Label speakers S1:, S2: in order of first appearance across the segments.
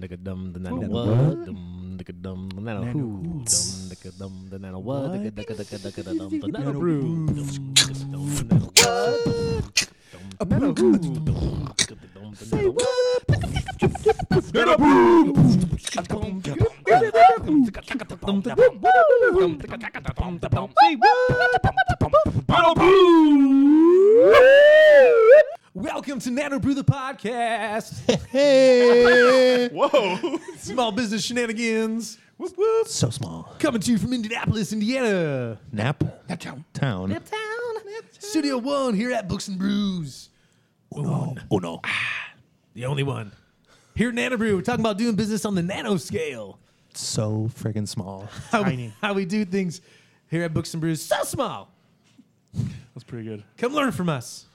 S1: nigga dum the nana
S2: Oh,
S1: what
S2: what?
S1: dum nigga dum the nana
S2: Nana
S1: who dum
S2: who?
S1: nigga dum the nana what
S2: What?
S1: nigga nigga nigga nigga da dum the nana
S2: Nana
S1: brew
S2: brew.
S1: dum nigga dum the nana what dum
S2: A
S1: nana
S2: brew.
S1: who dum nigga the dum the nana what
S2: Welcome to Nano Brew the podcast.
S1: hey
S3: Whoa.
S2: Small business shenanigans
S3: whoop, whoop.
S1: so small
S2: coming to you from Indianapolis, Indiana.
S1: nap
S3: That town.
S1: town
S2: Studio One here at Books and Brews.
S1: oh no
S2: The only one. Here at Nano Brew, we're talking about doing business on the nano scale.
S1: so friggin' small
S2: How,
S3: Tiny.
S2: how we do things here at Books and Brews. So small.
S3: That's pretty good.
S2: Come learn from us.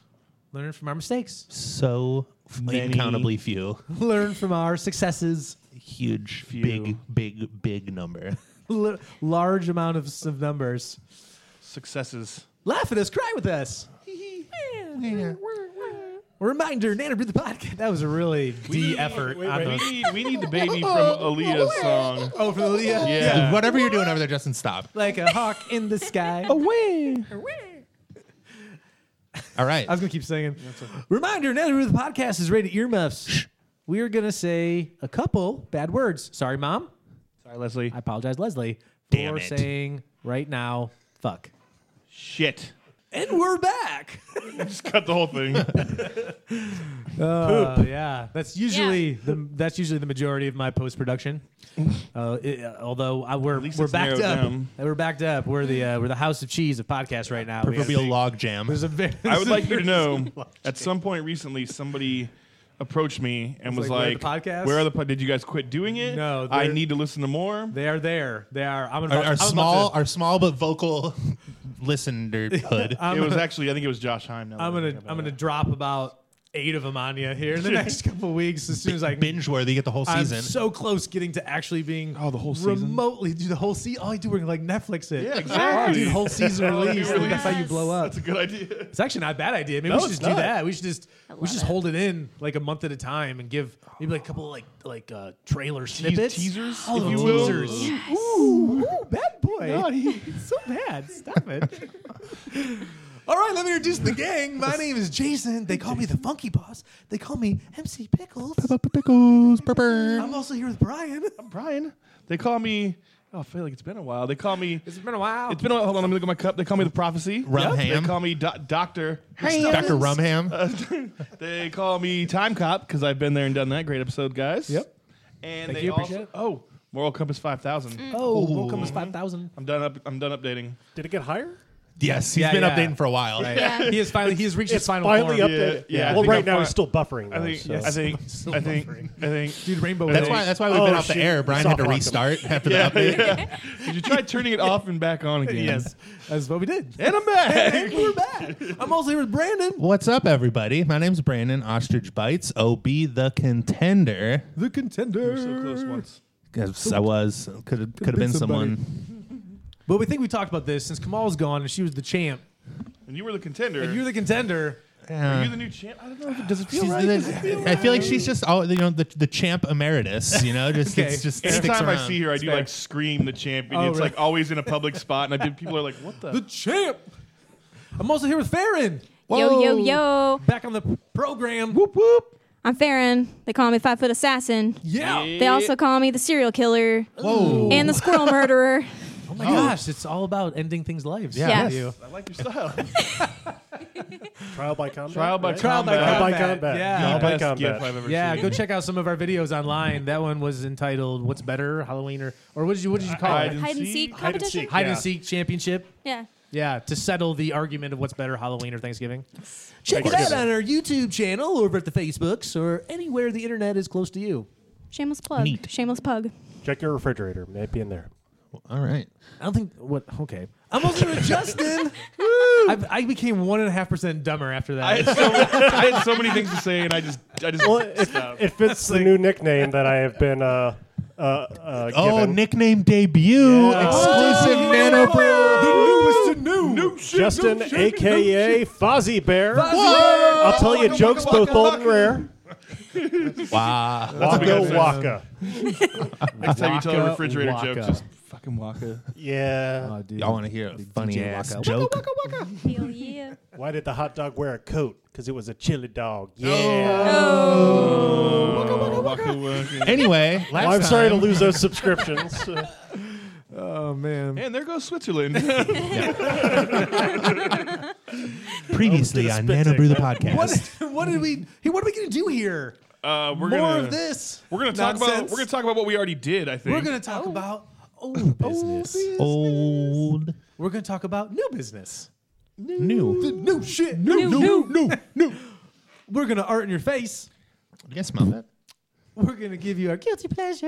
S2: Learn from our mistakes.
S1: so
S3: Many.
S1: uncountably few
S2: learn from our successes.
S1: huge
S3: Few.
S1: big big big number
S2: L- large amount of, s- of numbers.
S3: Successes.
S2: Laugh at us, cry with us. Reminder, Nana Brew the podcast. That was a really D effort.
S3: Wait,
S2: on
S3: wait,
S2: those-
S3: we, need, we need the baby from Aaliyah's song.
S2: Oh, for the Leah.
S3: Yeah.
S1: whatever you're doing over there justin stop
S2: Like a hawk in the sky.
S3: Away.
S1: all right
S2: I was going to keep singing. Reminder, Nana Brew the podcast is rated earmuffs. We are going to say a couple bad words. Sorry, Mom.
S3: Sorry, Leslie.
S2: I apologize, Leslie,
S1: Damn
S2: for
S1: it.
S2: saying right now, fuck.
S3: Shit.
S2: And we're back.
S3: Just cut the whole thing.
S2: Oh yeah, that's usually the that's usually the majority of my post production. Uh, it- uh, although I, we're
S3: least
S2: we're
S3: it's
S2: backed
S3: narrowed
S2: up,
S3: down.
S2: we're backed up. We're the uh, we're the house of cheese of podcasts right now. We have-
S1: proverbial log jam
S2: There's a very,
S3: I would like you to know at some point recently, somebody approached me and was
S2: like, "Where are
S3: like,
S2: the podcasts?"
S3: Where are the po- Did you guys quit doing it?
S2: No,
S3: I
S2: they're-
S3: need to listen to more.
S2: They are there. They are. I'm about,
S1: our,
S2: I'm
S1: our
S2: about
S1: small
S2: To,
S1: our small but vocal listenerhood
S2: I'm,
S3: it was actually, I think it was Josh Heim. now that
S2: I'm
S3: I
S2: gonna
S3: think about
S2: I'm
S3: it.
S2: gonna drop about eight of them on you here in the next couple of weeks as soon as I can.
S1: binge worthy get the whole
S2: I'm
S1: season
S2: so close getting to actually being
S3: Oh, the whole season?
S2: remotely do the whole season. All I do we're like Netflix it.
S3: Yeah,
S2: Oh,
S3: exactly.
S2: dude, whole season release. I think that's how you
S4: Yes.
S2: blow up.
S3: That's a good idea.
S2: It's actually not a bad idea. Maybe we should
S3: it's
S2: just do
S3: not.
S2: that. We should just we
S4: love
S2: should just
S4: it.
S2: hold it in like a month at a time and give maybe like a couple of like like uh, trailer
S3: These
S2: snippets,
S3: teasers,
S2: Oh,
S3: if you will.
S2: teasers.
S4: Yes.
S2: Ooh, ooh, bad boy.
S3: God, he-
S2: It's so bad. Stop it. All right, let me introduce the gang. My name is Jason. They call me the Funky Boss. They call me MC Pickles.
S1: pickles burr.
S2: I'm also here with Brian.
S3: uh, Brian, they call me. Oh, I feel like it's been a while. They call me.
S2: It's been a while.
S3: It's been a while. Hold on, let me look at my cup. They call me the prophecy.
S1: Rum ham.
S3: They call me doc- doctor.
S1: Dr. Rumham.
S3: They call me time cop because I've been there and done that. Great episode, guys.
S2: Yep.
S3: And
S2: Thank
S3: they
S2: you, appreciate
S3: also.
S2: it.
S3: Oh, moral compass five thousand.
S4: Mm.
S2: oh, welcome to five thousand.
S3: I'm done up. I'm done updating.
S5: Did it get higher?
S1: yes, he's
S2: Yeah,
S1: been
S2: yeah.
S1: updating for a while.
S4: Yeah.
S2: He has finally he has reached his final
S5: Finally
S2: form.
S3: up-
S5: updated.
S3: Yeah, yeah, I
S5: well,
S3: think
S5: right
S3: I'm
S5: now
S3: fine.
S5: he's still buffering. Though,
S3: I think.
S5: so.
S3: I think. I think. I think.
S2: Dude, Rainbow.
S3: That's
S1: That's
S2: Road.
S1: why that's why we've
S5: Oh,
S1: been off
S5: shoot.
S1: the air. Brian had to
S5: Soft locked
S1: restart after the
S3: Yeah,
S1: update.
S3: yeah. Did you try turning it off and back on again?
S2: Yes, that's what we did.
S3: And I'm back.
S2: And we're back. I'm also here with Brandon,
S1: What's up, everybody? My name's Brandon Ostrich Bites. OB the contender.
S2: the contender.
S3: so close once.
S1: Yes, I was. Could have could have been
S2: somebody.
S1: someone.
S2: But we think we talked about this since Kamal's gone and she was the champ.
S3: And you were the contender.
S2: You're the contender.
S3: Are
S1: Yeah.
S3: you the new champ? I don't know. If it, does it feel
S1: She's
S3: right? Does it feel
S1: the, I feel like she's just all you know the, the champ emeritus. You know, just
S2: Okay.
S1: it's just sticks
S3: Anytime I
S1: around.
S3: see her, I do
S2: fair.
S3: like scream the champion.
S2: Oh,
S3: it's
S2: really?
S3: like always in a public spot, and I do, people are like, "What the?"
S2: The champ. I'm also here with Farron.
S4: Yo,
S1: Whoa.
S4: yo, yo.
S2: Back on the program.
S3: whoop whoop.
S4: I'm Farron. They call me Five Foot Assassin.
S2: Yeah.
S4: They also call me the serial killer
S1: Whoa.
S4: and the squirrel murderer.
S2: Oh my gosh, it's all about ending things' lives.
S1: Yeah.
S4: Yeah.
S2: Thank you.
S3: I like your style.
S5: trial by combat.
S3: Trial by
S5: right?
S2: Trial by
S3: Combat.
S5: Trial by
S2: combat.
S5: combat.
S2: Yeah.
S5: Trial by
S3: Best gif
S5: combat.
S3: I've ever
S2: Yeah,
S3: seen.
S2: go check out some of our videos online. That one was entitled "What's Better Halloween" or or what did you what did you call
S3: Hide
S2: it?
S3: and
S4: Hide
S3: seek.
S4: and seek
S5: Hide and
S4: competition?
S5: seek.
S2: Hide
S5: Yeah.
S2: and seek championship.
S4: Yeah.
S2: Yeah, to settle the argument of what's better, Halloween or Thanksgiving. Check it out
S5: Thanksgiving.
S2: on our YouTube channel or over at the Facebooks or anywhere the internet is close to you.
S4: Shameless plug.
S1: Neat.
S4: Shameless pug.
S5: Check your refrigerator. Might be in there.
S1: All right.
S2: I don't think what okay. I'm also with Justin. I, I became one and a half percent dumber after that.
S3: I had, so, I had so many things to say, and I just, I just.
S5: Well, it, it fits the new nickname that I have been uh, uh, uh, given.
S1: Oh, nickname debut
S5: Yeah.
S1: exclusive
S2: Oh,
S1: nano brew.
S2: newest to new.
S5: Justin, aka Fozzie Bear.
S2: Whoa.
S3: Oh,
S5: I'll tell you jokes both old and rare.
S1: Wow.
S3: what we got.
S5: Waka Waka.
S3: Next time you tell a
S6: Waka,
S3: refrigerator
S6: waka.
S3: joke, just fucking Waka.
S5: Yeah.
S6: Oh, dude.
S1: Y'all want to hear a funny
S6: DJ
S1: ass
S6: Waka.
S1: joke?
S4: Hell yeah.
S5: Why did the hot dog wear a coat? Because it was a chili dog. Yeah.
S2: Uh,
S4: Oh.
S3: Waka, waka, waka.
S1: Anyway, last
S5: Well, I'm sorry to
S1: time-
S5: lose those subscriptions.
S6: Oh man.
S3: And there goes Switzerland. Uh,
S1: Previously
S5: Oh,
S1: on
S5: spit
S1: Nano
S5: take.
S1: Brew the podcast.
S2: What, what did we? Hey, what are we gonna do here?
S3: uh, we're
S2: More
S3: gonna,
S2: of this.
S3: We're gonna talk about
S2: nonsense.
S3: we're gonna talk about what we already did. I think
S2: We're gonna talk
S4: Oh.
S2: about old business.
S1: Old
S2: We're gonna talk about new business.
S1: new.
S2: New shit.
S4: New, new.
S2: new, new. We're gonna art in your face.
S1: Yes, mama.
S2: We're gonna give you our guilty pleasure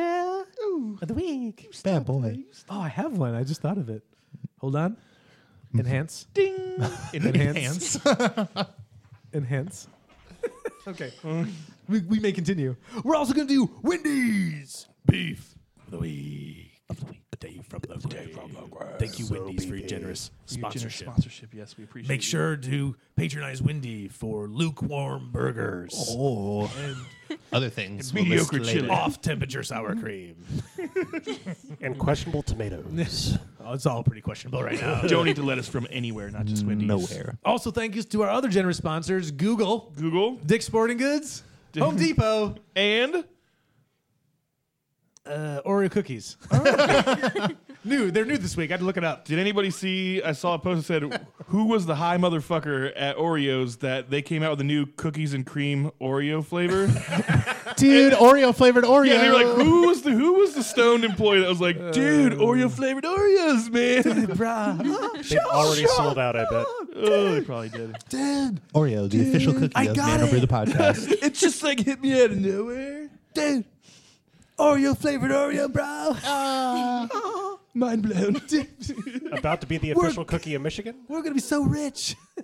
S2: of the week.
S1: Bad boy.
S2: Oh, I have one. I just thought of it. Hold on. Enhance.
S3: ding
S2: Mm-hmm. Enhance. Enhance. okay. We, we may continue. We're also gonna do Wendy's beef of the week. Of the week. The day from the, day from the Thank you, Wendy's, for your generous sponsorship.
S3: sponsorship. Yes, we appreciate.
S2: Make sure to patronize Wendy for lukewarm burgers,
S1: Oh. Other things. we'll
S3: Mediocre
S1: list later.
S3: chili.
S2: off temperature sour cream.
S5: and questionable tomatoes.
S2: Oh, it's all pretty questionable right now.
S3: You. Don't need to let us from anywhere, not just Wendy's.
S1: Nowhere.
S2: Also, thank yous to our other generous sponsors Google,
S3: Google
S2: Dick's Sporting Goods, Home Depot,
S3: and
S2: uh, Oreo Cookies. new. They're new this week. I had to look it up.
S3: Did anybody see? I saw a post that said, "Who was the high motherfucker at Oreos that they came out with a new cookies and cream Oreo flavor?"
S1: Dude, Oreo flavored Oreo.
S3: yeah, they were like, "Who was the who was the stoned employee that was like,
S2: Uh,
S3: dude, Oreo flavored Oreos, man?"
S2: Bruh.
S5: They've already sold out, I bet.
S3: oh, they probably did.
S2: Dude,
S1: Oreo, the official cookie
S2: I
S1: of
S2: got
S1: Nano Brew
S2: it.
S1: the podcast.
S3: It's just like hit me out of nowhere.
S2: dude. Oreo flavored Oreo, bro.
S3: Mind blown.
S5: About to be the official cookie of Michigan?
S2: We're going to be so rich. I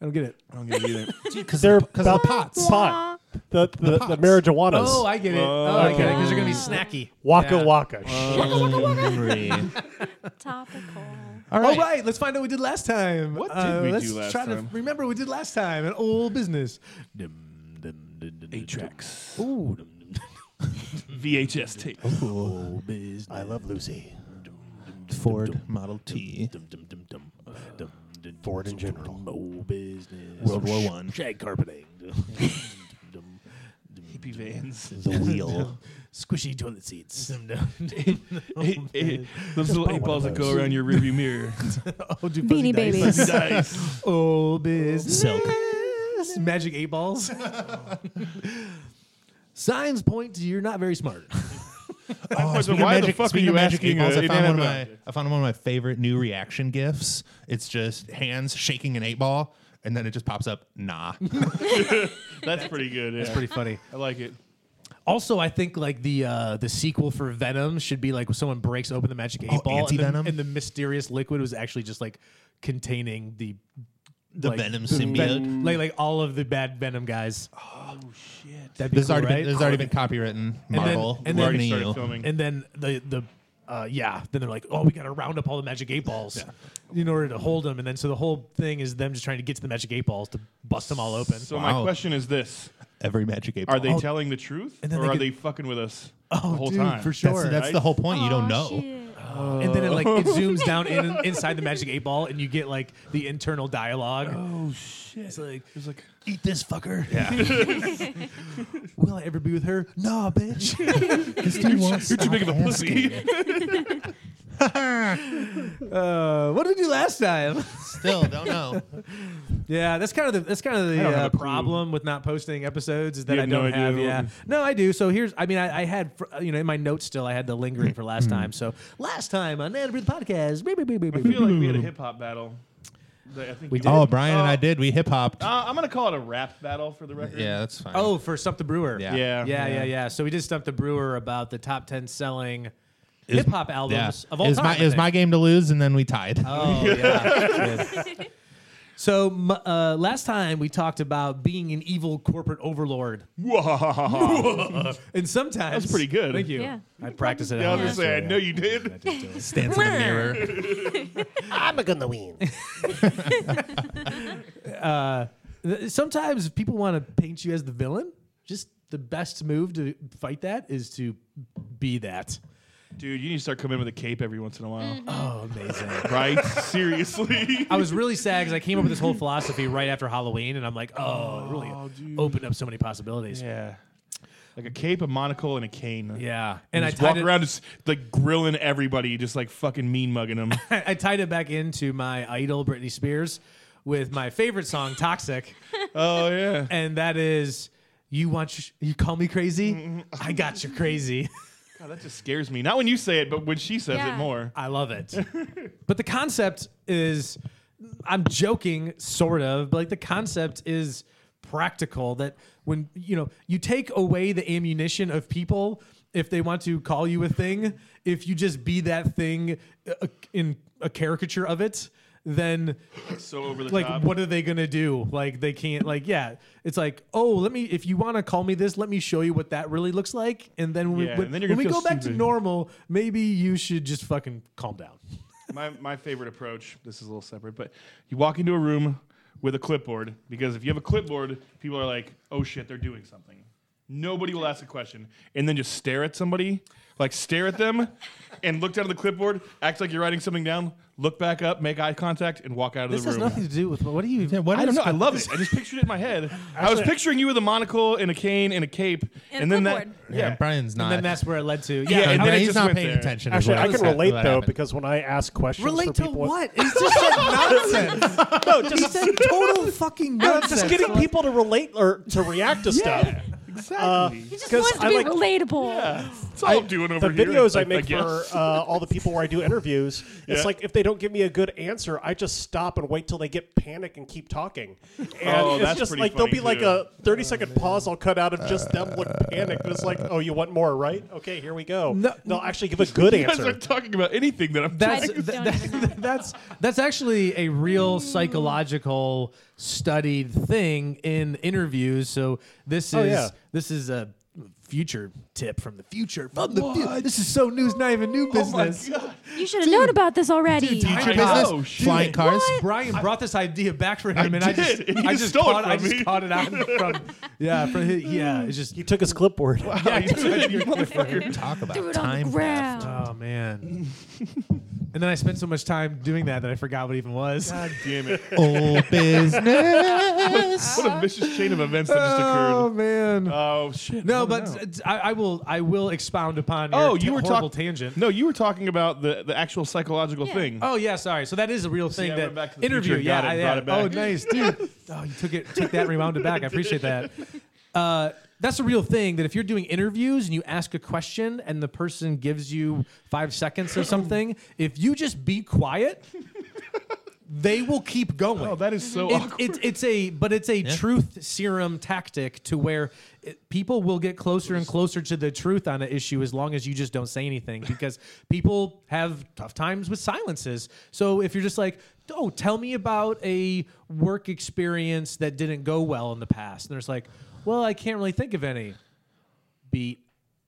S2: don't get it.
S3: I'm gonna do that.
S1: Because
S5: They're
S1: the
S5: about
S1: pots.
S5: pot. The, the, the, marijuanas.
S2: Oh, I get it. Oh, I get it. Because they're going to be snacky.
S5: waka
S2: Yeah.
S5: waka.
S1: Oh. Memory.
S4: Topical.
S1: All
S2: All
S1: right.
S2: right, let's find out what we did last time. Uh,
S3: What did we
S2: let's
S3: do last
S2: try
S3: time?
S2: to remember what we did last time. An old business.
S3: Eight tracks.
S2: Ooh,
S3: VHS tape.
S1: Cool.
S5: I love Lucy.
S1: Ford Model T.
S5: Ford in general.
S1: World War One.
S3: Hippie vans.
S1: The wheel.
S2: squishy toilet seats.
S3: Eight- eight- those little eight balls that go around your rearview mirror.
S2: Oh, dude,
S4: Beanie Babies.
S3: Dice.
S2: Old business.
S1: Silk.
S2: Oh, Magic eight balls. Signs point to you're not very smart.
S1: Oh,
S3: so
S1: speaking of
S3: why the
S1: magic-
S3: fuck are
S1: speaking
S3: you
S1: of magic
S3: asking
S1: eight balls,
S3: a-
S1: I
S3: an
S1: found, one of
S3: NFL?
S1: my, I found one of my favorite new reaction gifs. It's just hands shaking an eight ball, and then it just pops up, nah.
S3: That's pretty good. Yeah. That's
S2: Pretty funny.
S3: I like it.
S2: Also, I think like the uh, the sequel for Venom should be like when someone breaks open the magic eight
S1: Oh,
S2: ball and the,
S1: anti-Venom?
S2: and the mysterious liquid was actually just like containing the
S1: The
S2: like,
S1: Venom
S2: the
S1: symbiote.
S2: ven- like like all of the bad Venom guys. Oh shit! That'd be
S1: This has
S2: cool,
S1: already
S2: right?
S1: been this has already been copywritten. Marvel.
S2: and then-
S1: we're gonna
S3: Already started
S1: you.
S3: filming.
S2: and then the the uh, yeah, then they're like, oh, we got to round up all the magic eight balls in order to hold them, and then so the whole thing is them just trying to get to the magic eight balls to bust them all open.
S3: So my
S1: Wow. Oh.
S3: question is this:
S1: Every magic eight ball.
S3: Are they telling the truth, or
S2: and then they
S3: are
S2: could-
S3: they fucking with us
S2: oh,
S3: the whole
S2: dude,
S3: time?
S2: for
S1: that's
S2: sure.
S1: that's
S3: right?
S1: the whole point. You don't
S4: Aw,
S1: know.
S4: shit.
S2: and then it like
S3: Oh.
S2: it zooms down in inside the magic eight ball, and you get like the internal dialogue.
S3: Oh shit!
S2: It's like,
S3: It's like
S2: eat this fucker. Will I ever be with her? Nah, bitch.
S3: you're too big of a pussy.
S2: Uh, what did we do last time?
S1: Still don't know.
S2: Yeah, that's kind of the that's kind of the
S3: don't have
S2: uh,
S3: a clue.
S2: problem with not posting episodes is that
S3: You
S2: I
S3: have no
S2: don't
S3: idea
S2: have.
S3: what-
S2: Yeah, no, I do. So here's, I mean, I, I had fr- you know in my notes still I had the lingering for last time. So last time on Nana Brew the podcast, beep, beep, beep, beep,
S3: Hmm. I
S2: beep.
S3: feel like we had a hip hop battle. that I think
S2: We
S3: you-
S2: did?
S1: Oh, Brian and
S3: Uh,
S1: I did. We hip hopped.
S3: Uh, I'm gonna call it a rap battle for the record.
S1: yeah, that's fine.
S2: oh for Stump the Brewer.
S1: Yeah.
S3: yeah,
S2: yeah, yeah, yeah. So we did Stump the Brewer about the top ten selling
S1: It was-
S2: hip hop albums
S1: yeah.
S2: of all
S1: it was
S2: time.
S1: My,
S2: I
S1: it was
S2: think.
S1: my game to lose, and then we tied.
S2: Oh yeah. so m- uh, last time we talked about being an evil corporate overlord, and sometimes
S3: That's pretty good.
S2: Thank you.
S4: Yeah.
S2: I practice it.
S3: Yeah, I was
S2: out.
S3: gonna say, I know you did.
S1: Stands in the mirror.
S5: I'm a gonna win.
S2: Th- Sometimes people want to paint you as the villain. Just the best move to fight that is to be that.
S3: Dude, you need to start coming in with a cape every once in a while.
S2: Oh, amazing.
S3: Right? Seriously.
S2: I was really sad because I came up with this whole philosophy right after Halloween, and I'm like, oh, it really opened up so many possibilities. Yeah.
S3: yeah. Like a cape, a monocle, and a cane.
S2: And
S3: And
S2: I
S3: just
S2: tied,
S3: walk
S2: it,
S3: around just like grilling everybody, just like fucking mean mugging them.
S2: I tied it back into my idol, Britney Spears, with my favorite song, Toxic.
S3: oh yeah.
S2: and that is, you want, your, you call me crazy? I got you crazy.
S3: God, that just scares me. Not when you say it, but when she says it
S4: Yeah.
S3: more.
S2: I love it. but the concept is, I'm joking, sort of, but like the concept is practical that when, you know, you take away the ammunition of people if they want to call you a thing, if you just be that thing uh, in a caricature of it, then
S3: So over the
S2: like
S3: top.
S2: what are they gonna do like they can't like yeah it's like oh let me if you want to call me this let me show you what that really looks like and then when,
S3: Yeah,
S2: when,
S3: and then you're
S2: when we
S3: gonna
S2: go
S3: feel
S2: back to
S3: stupid.
S2: normal maybe you should just fucking calm down
S3: my, my favorite approach, this is a little separate, but you walk into a room with a clipboard because if you have a clipboard, people are like, oh shit, they're doing something. Nobody will ask a question. And then just stare at somebody, like stare at them and look down at the clipboard, act like you're writing something down, look back up, make eye contact, and walk out of
S2: this
S3: the
S2: has
S3: room.
S2: nothing to do with what do you
S1: Yeah, what
S3: I don't
S1: is-
S3: know. I love it. I just pictured it in my head. I was picturing you with a monocle and a cane and a cape,
S4: And a
S3: then that.
S4: clipboard.
S1: Yeah, Brian's not.
S2: and then that's where it led to
S3: Yeah,
S2: yeah,
S3: and
S1: and
S3: then it
S1: he's
S3: just
S1: not
S3: went
S1: paying
S3: there.
S1: attention. is
S5: Actually,
S1: what
S5: I can
S1: happened-
S5: relate
S1: what
S5: though
S1: happened.
S5: because when I ask questions for
S2: relate to
S5: people,
S2: what it's just said nonsense no just said total fucking
S5: No,
S2: nonsense
S5: it's just getting people to relate or to react to stuff. Uh,
S3: Exactly.
S4: He just
S5: 'Cause
S4: wants to
S5: I
S4: be
S5: like-
S4: relatable.
S3: That's all I, am doing over
S5: the
S3: here.
S5: videos I make for
S3: guess.
S5: uh, all the people where I do interviews,
S3: Yeah.
S5: it's like if they don't give me a good answer, I just stop and wait till they get panic and keep talking. And
S3: Oh,
S5: it's
S3: that's
S5: just
S3: pretty
S5: like there'll
S3: funny,
S5: be like
S3: too.
S5: a thirty second pause I'll cut out of just them look panicked. It's like, oh, you want more, right? Okay, here we go.
S2: No-
S5: No, They'll actually give a good
S3: You guys
S5: answer.
S3: aren't talking about anything that I'm
S2: that's
S4: I
S2: th-
S4: don't even
S2: that- that's that's actually a real psychological studied thing in interviews. So this is
S5: Oh, yeah.
S2: this is a future tip from the future from the future. This is so news, not even new
S3: Oh my
S2: business.
S3: God.
S4: You should have known about this already.
S1: Future
S3: I
S1: business,
S3: know, Oh, shit.
S1: flying cars.
S2: Brian brought this idea back for him,
S3: I
S2: and I just
S3: did, and he
S2: I
S3: just
S2: just
S3: stole it
S2: caught, I
S3: from
S2: just
S3: me.
S2: caught it out from yeah from his, yeah. It's just
S5: He took his clipboard.
S3: Yeah, you did, you motherfucker.
S1: Talk about
S4: Threw it on
S1: time theft.
S4: the ground.
S2: oh man. and then I spent so much time doing that that I forgot what it even was.
S3: God damn it.
S1: Old business.
S3: What a vicious chain of events that just
S2: Oh
S3: occurred.
S2: man.
S3: Oh, shit. I
S2: No,
S3: don't
S2: but
S3: know.
S2: it's- I, I will. I will expound upon. Your
S3: Oh, you were
S2: horrible
S3: talking
S2: tangent.
S3: No, you were talking about the, the actual psychological
S4: Yeah.
S3: thing.
S2: Oh yeah, sorry. So that is a real thing.
S3: I
S2: that
S3: went back to the
S2: interview.
S3: future and
S2: yeah,
S3: got it and
S2: yeah.
S3: brought it
S2: Oh, nice, dude. oh, you took it. Took that, and rewound it back. I appreciate that. Uh, that's a real thing. That if you're doing interviews and you ask a question and the person gives you five seconds or something, if you just be quiet, they will keep going.
S3: Oh, that is
S4: Mm-hmm.
S3: so
S2: it,
S3: awkward.
S2: it, it's a but it's a truth serum tactic to where it, people will get closer and closer to the truth on an issue as long as you just don't say anything because people have tough times with silences so if you're just like oh tell me about a work experience that didn't go well in the past and there's like well i can't really think of any beat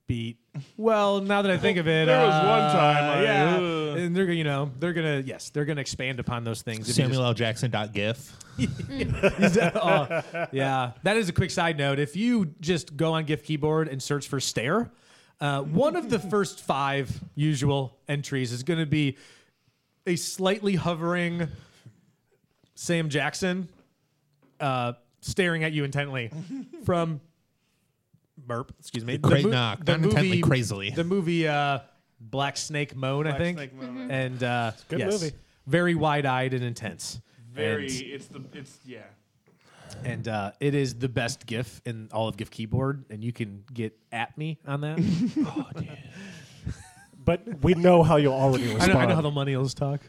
S2: beat well now that i think of it
S3: There was one
S2: uh,
S3: time I- uh,
S2: yeah
S3: Ugh.
S2: and they're gonna you know they're gonna yes they're gonna expand upon those things if you just-
S1: Samuel L. Jackson dot GIF.
S2: Oh, yeah, that is a quick side note. If you just go on GIF keyboard and search for stare, uh, one of the first five usual entries is going to be a slightly hovering Sam Jackson uh, staring at you intently from burp. Excuse me. The
S1: Great
S2: mo-
S1: knock.
S2: the
S1: Not intently,
S2: movie-
S1: crazily.
S2: The movie uh, Black Snake Moan, I think,
S3: Snake Moan,
S2: and uh,
S5: good
S2: yes,
S5: movie.
S2: Very wide-eyed and intense.
S3: Very,
S2: And-
S3: it's the, it's, yeah.
S2: and uh, it is the best GIF in all of GIF keyboard, and you can get at me on that.
S5: but we know how you'll already
S2: I,
S5: respond.
S2: know, I know how the millennials talk.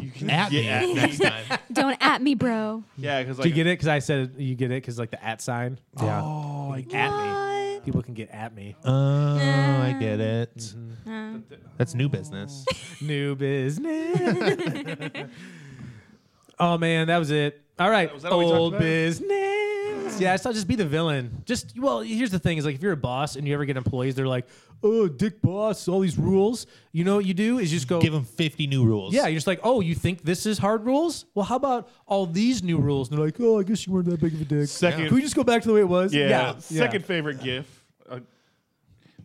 S3: You can
S1: At me
S3: yeah,
S1: next time.
S4: Don't at me, bro.
S3: Yeah, because
S2: Do you
S3: like,
S2: get it? Because I said you get it because like the at sign. Yeah. Oh, like at me. People can get at me. Uh,
S1: Oh, I get it. That's new business.
S2: New business. oh man, that was it. All right,
S3: Was that all we talked
S2: old
S3: about?
S2: business. yeah, it's not just be the villain. Just well, here's the thing: is like if you're a boss and you ever get employees, they're like, "Oh, dick boss, all these rules." You know what you do is you just go.
S1: Give them 50 new rules.
S2: yeah, you're just like, oh, you think this is hard rules? Well, how about all these new rules? And they're like, oh, I guess you weren't that big of a dick.
S3: Second-
S2: Can we just go back to the way it was?
S3: Yeah.
S2: yeah.
S3: Second favorite GIF uh,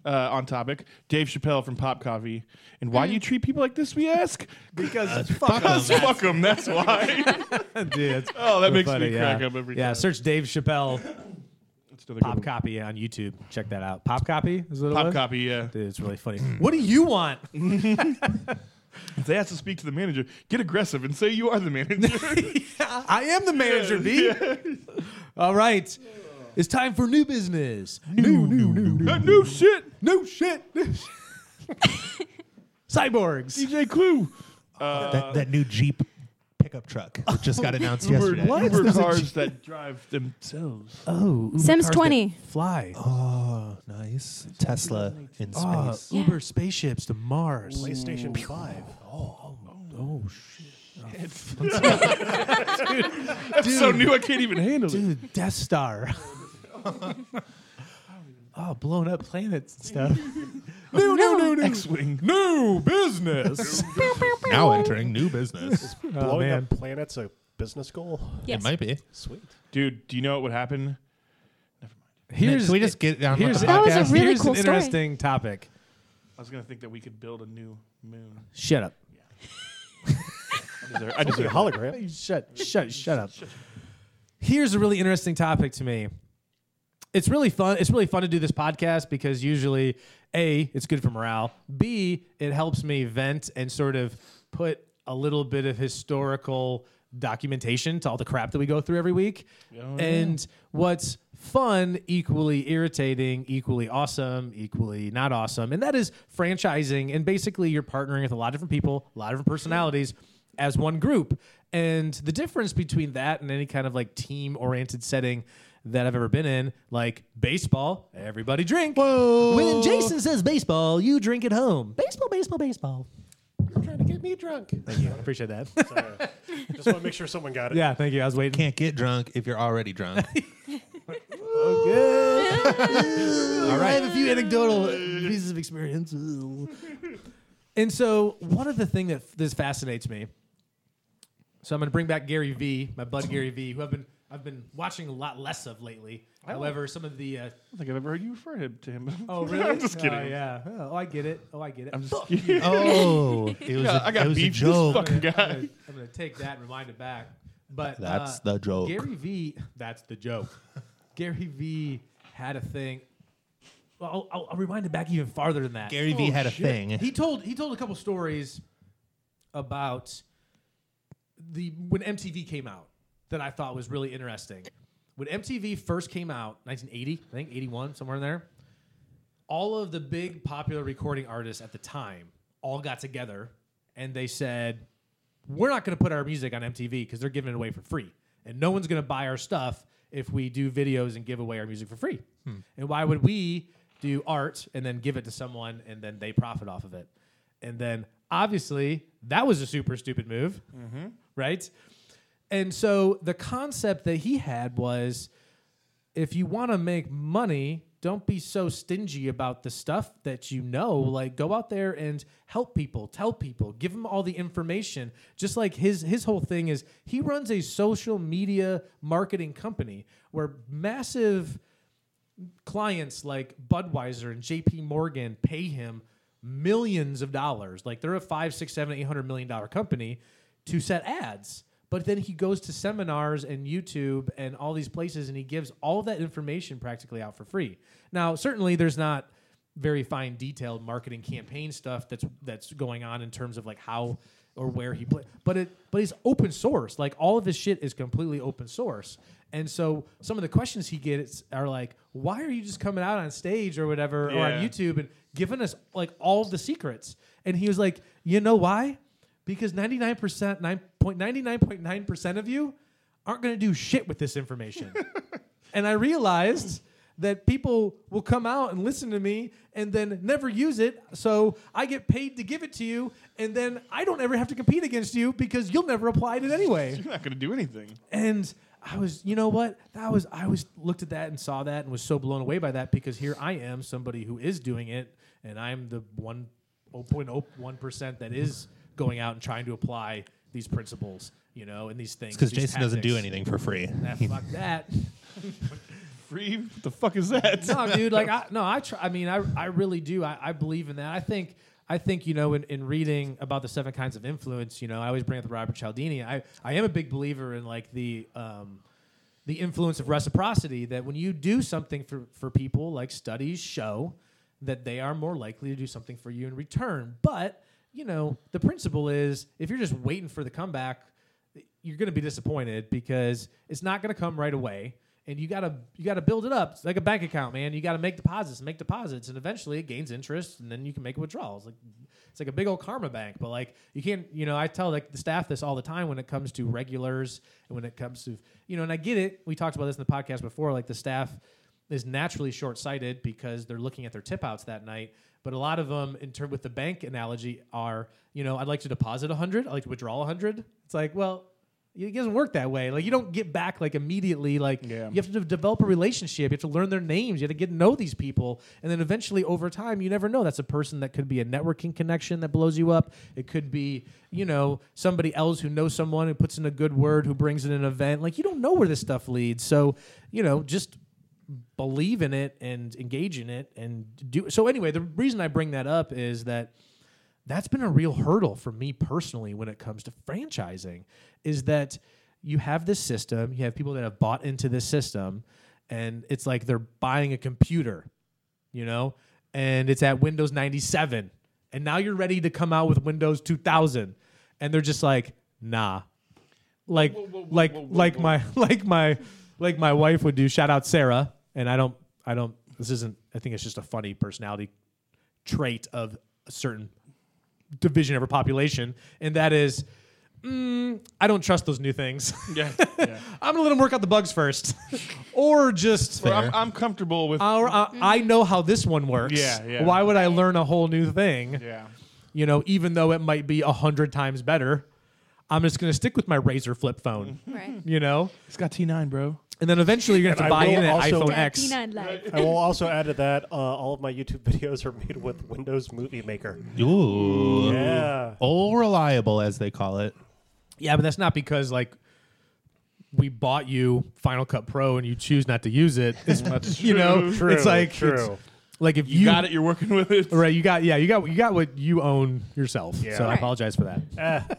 S3: uh, on topic Dave Chappelle from Pop Coffee. And why do you treat people like this, we ask? Because fuck
S1: 'em.
S3: us, fuck them. That's why.
S2: Dude, that's
S3: oh, that
S2: so
S3: makes
S2: funny,
S3: me
S2: yeah.
S3: crack up every
S2: Yeah,
S3: time.
S2: search Dave Chappelle
S3: That's another good
S2: pop
S3: one.
S2: copy on YouTube. Check that out. Pop copy is what it
S3: Pop
S2: was?
S3: Copy, yeah.
S2: Dude, it's really funny. what do you want?
S3: If they ask to speak to the manager, get aggressive and say you are the manager.
S2: I am the manager, B. All right. It's time for new business. New, new, new, new,
S3: that new shit,
S2: new shit. Cyborgs.
S3: DJ Clue. Uh,
S1: that, that new Jeep pickup truck that just got announced yesterday.
S3: Uber, Uber cars that drive themselves.
S2: Oh, Uber
S4: Sims
S2: cars that
S4: 20.
S2: Fly.
S1: Oh, nice. Tesla in space.
S2: Uh, Uber spaceships to Mars.
S5: PlayStation 5.
S2: Oh, shit.
S3: That's so new, I can't even handle it.
S2: Dude, Death Star. oh, blown up planets and stuff. no, no, no, no.
S3: X-wing.
S2: New business.
S1: Now entering new business.
S5: Blowing
S2: Oh, man.
S5: up planets a business goal.
S1: It might be.
S5: Sweet.
S3: Dude, do you know what would happen?
S2: Here's
S1: Can we just get down with
S2: here's
S1: the
S4: That was a
S1: podcast?
S4: really
S2: here's
S4: cool
S2: an
S4: story.
S2: interesting topic.
S3: I was gonna think that we could build a new moon.
S2: Shut up.
S3: I deserve, I
S5: Dude,
S3: deserve it.
S5: hologram.
S2: Shut shut shut up. Here's a really interesting topic to me. It's really fun. It's really fun to do this podcast because usually A, it's good for morale. B, it helps me vent and sort of put a little bit of historical documentation to all the crap that we go through every week. and what's fun, equally irritating, equally awesome, equally not awesome, and that is franchising and basically you're partnering with a lot of different people, a lot of different personalities as one group. And the difference between that and any kind of like team oriented setting that I've ever been in, like baseball, everybody drink. Whoa. When Jason says baseball, you drink at home. Baseball, baseball, baseball.
S5: Trying to get me drunk.
S2: Thank you. Appreciate that.
S5: Just want to make sure someone got it.
S2: yeah, thank you. I was waiting.
S1: Can't get drunk if you're already drunk.
S2: All right. I have a few anecdotal pieces of experience. and so, one of the thing that this fascinates me. So I'm going to bring back Gary V, my bud Gary V, who I've been I've been watching a lot less of lately.
S5: Oh.
S2: However, some of the uh,
S3: I don't think I've ever heard you refer him to him.
S2: oh really?
S3: I'm just kidding.
S2: Oh, yeah. Oh, I get it. Oh, I get it.
S3: I'm just kidding.
S1: oh, it was,
S3: Yeah,
S1: a,
S3: I got
S1: it was a
S3: beef. This
S1: joke.
S3: fucking guy.
S2: I'm going to take that and rewind it back. But uh,
S1: That's the joke.
S2: Gary V. That's the joke. Gary V. had a thing. Well, I'll, I'll, I'll rewind it back even farther than that.
S1: Gary V had a thing.
S2: He told he told a couple stories about the when MTV came out that I thought was really interesting. When MTV first came out, 1980, I think 81, somewhere in there. All of the big popular recording artists at the time all got together and they said, "We're not going to put our music on MTV because they're giving it away for free, and no one's going to buy our stuff if we do videos and give away our music for free. And why would we do art and then give it to someone and then they profit off of it? And then obviously that was a super stupid move, right? And so the concept that he had was if you want to make money, don't be so stingy about the stuff that you know. Like go out there and help people, tell people, give them all the information. Just like his his whole thing is he runs a social media marketing company where massive clients like Budweiser and JP Morgan pay him millions of dollars. Like they're a five, six, seven, eight hundred million dollar company to set ads. But then he goes to seminars and YouTube and all these places and he gives all that information practically out for free. Now, certainly there's not very fine detailed marketing campaign stuff that's that's going on in terms of like how or where he play but it but it's open source like all of his shit is completely open source and so some of the questions he gets are like why are you just coming out on stage or whatever or on
S3: Yeah.
S2: youtube and giving us like all of the secrets and he was like you know why because 99% 9.99.9% of you aren't going to do shit with this information and I realized that people will come out and listen to me and then never use it. So I get paid to give it to you, and then I don't ever have to compete against you because you'll never apply it anyway.
S3: You're not gonna do anything.
S2: And I was, you know what? That was I was looked at that and saw that and was so blown away by that because here I am, somebody who is doing it, and I'm the one oh, 0.01 percent that is going out and trying to apply these principles, you know, and these things.
S1: because
S2: these
S1: Jason doesn't do
S2: tactics.
S1: anything for free.
S2: Nah, fuck that.
S3: Free? What the fuck is that?
S2: no, dude. Like, I, no, I try. I mean, I, I really do. I, I believe in that. I think, I think, you know, in, in reading about the seven kinds of influence, you know, I always bring up the Robert Cialdini. I, I am a big believer in like the, um, the influence of reciprocity. That when you do something for for people, like studies show, that they are more likely to do something for you in return. But you know, the principle is if you're just waiting for the comeback, you're going to be disappointed because it's not going to come right away and you got to you got to build it up it's like a bank account man you got to make deposits and make deposits and eventually it gains interest and then you can make withdrawals like it's like a big old karma bank but like you can't you know i tell like the staff this all the time when it comes to regulars and when it comes to you know and i get it we talked about this in the podcast before like the staff is naturally short-sighted because they're looking at their tip outs that night. But a lot of them, in term with the bank analogy, are you know I'd like to deposit a hundred, I'd like to withdraw a hundred. It's like well, it doesn't work that way. Like you don't get back like immediately. Like
S3: Yeah.
S2: you have to de- develop a relationship. You have to learn their names. You have to get to know these people, and then eventually over time, you never know. That's a person that could be a networking connection that blows you up. It could be you know somebody else who knows someone who puts in a good word, who brings in an event. Like you don't know where this stuff leads. So you know just believe in it and engage in it and do so anyway the reason i bring that up is that that's been a real hurdle for me personally when it comes to franchising is that you have this system you have people that have bought into this system and it's like they're buying a computer you know and it's at windows 97 and now you're ready to come out with windows 2000 and they're just like nah like
S3: Whoa, whoa, whoa,
S2: like
S3: whoa, whoa,
S2: like
S3: whoa.
S2: my like my like my wife would do shout out sarah and i don't i don't this isn't i think it's just a funny personality trait of a certain division of our population and that is mm, i don't trust those new things
S3: yeah. yeah.
S2: i'm gonna let them work out the bugs first or just
S3: Or I'm, I'm comfortable with.
S2: or, uh,
S5: mm-hmm.
S2: I know how this one works.
S3: Yeah, yeah.
S2: Why would I learn a whole new thing?
S3: yeah.
S2: You know, even though it might be a hundred times better, I'm just gonna stick with my razor flip phone.
S5: Mm-hmm.
S4: Right.
S2: You know,
S3: It's got T9, bro.
S2: and then eventually you're gonna have
S5: And
S2: to
S5: I
S2: buy
S5: will
S2: in an
S5: also-
S2: iPhone
S5: Yeah,
S2: X.
S4: T9 Live.
S5: I will also add to that, uh, all of my YouTube videos are made with Windows Movie Maker.
S1: Ooh,
S5: Yeah.
S1: all reliable as they call it.
S2: Yeah, but that's not because like we bought you Final Cut Pro and you choose not to use it. It's,
S3: That's
S2: you know,
S5: true,
S2: it's like
S5: true.
S2: it's- like if you,
S3: You, got it. You're working with it.
S2: right, you got yeah, you got you got what you own yourself.
S5: Yeah.
S2: So I
S4: Right.
S2: apologize for that.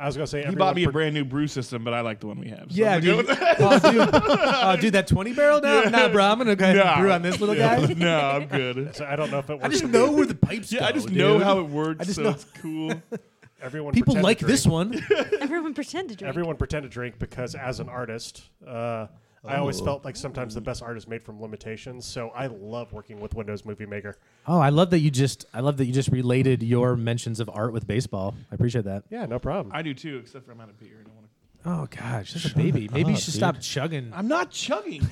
S5: I was gonna say
S3: He bought me a brand new brew system, but I like the one we have. so
S2: Yeah,
S3: I'm gonna
S2: dude. Oh, dude. Oh, dude, that 20 barrel now? Nah, bro, I'm going to go ahead
S3: go-
S2: and brew on this little
S3: Yeah.
S2: guy.
S3: no, I'm good.
S5: So I don't know if it works.
S2: I just know where the pipes
S3: Yeah,
S2: go.
S3: I just
S2: dude.
S3: know how it works.
S2: I just
S3: so
S2: know-
S3: it's cool.
S5: everyone
S2: People
S5: pretend to
S2: like
S5: drink.
S2: this one.
S4: Everyone pretend to drink.
S5: Everyone pretend to drink because as an artist, uh, I always
S2: Oh.
S5: felt like sometimes the best art is made from limitations. So I love working with Windows Movie Maker.
S2: Oh, I love that you just I love that you just related your mentions of art with baseball. I appreciate that.
S5: Yeah, no problem.
S3: I do too, except for I'm out of beer. And I wanna...
S2: Oh gosh, she's a baby. Maybe you
S1: up,
S2: should
S1: dude.
S2: stop chugging.
S3: I'm not chugging.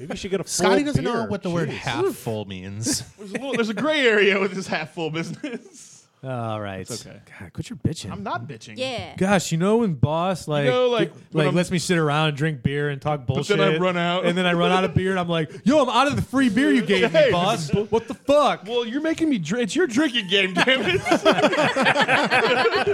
S5: Maybe you should get a.
S1: Scotty
S5: full
S1: doesn't know
S5: beer.
S1: what the word
S5: Jeez.
S1: half full means.
S3: There's a, little, there's a gray area with this half full business.
S2: All right.
S3: It's okay.
S2: God, quit your bitching.
S3: I'm not bitching.
S4: yeah.
S2: Gosh, you know when boss like
S3: know, like,
S2: like
S3: when I'm-
S2: lets me sit around and drink beer and talk bullshit.
S3: then I run out.
S2: and then I run out of beer, and I'm like, "Yo, I'm out of the free beer you gave me,
S3: Hey.
S2: boss. What the fuck?"
S3: Well, you're making me drink. It's your drinking game, damn it. I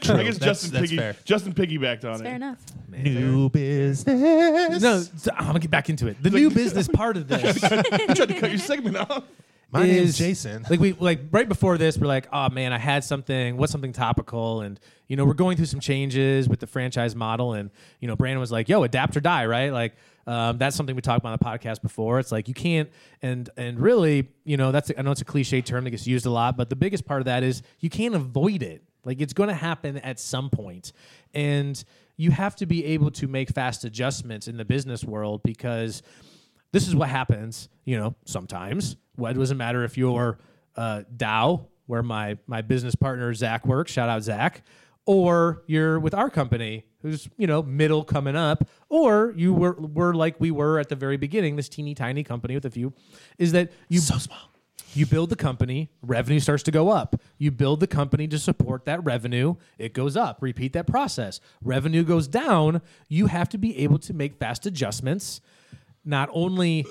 S3: guess
S1: That's-
S3: Justin,
S1: that's
S3: piggy,
S1: fair.
S3: Justin piggybacked on it.
S4: Fair enough.
S1: New business.
S2: No, so- I'm gonna get back into it. The new business part of this
S3: You tried to cut your segment off.
S1: my
S2: is
S1: name's Jason.
S2: Like we like right before this, we're like, oh man, I had something. What's something topical? And you know, we're going through some changes with the franchise model. And you know, Brandon was like, yo, adapt or die, right? Like um, that's something we talked about on the podcast before. It's like you can't and and really, you know, that's I know it's a cliche term that gets used a lot, but the biggest part of that is you can't avoid it. Like it's going to happen at some point. And you have to be able to make fast adjustments in the business world because this is what happens, you know, sometimes. Well, it doesn't matter if you're uh, Dow, where my, my business partner Zach works, shout out Zach, or you're with our company, who's, you know, middle coming up, or you were, were like we were at the very beginning, this teeny tiny company with a few, is that you. So small. You build the company, revenue starts to go up. You build the company to support that revenue, it goes up. Repeat that process. Revenue goes down, you have to be able to make fast adjustments, not only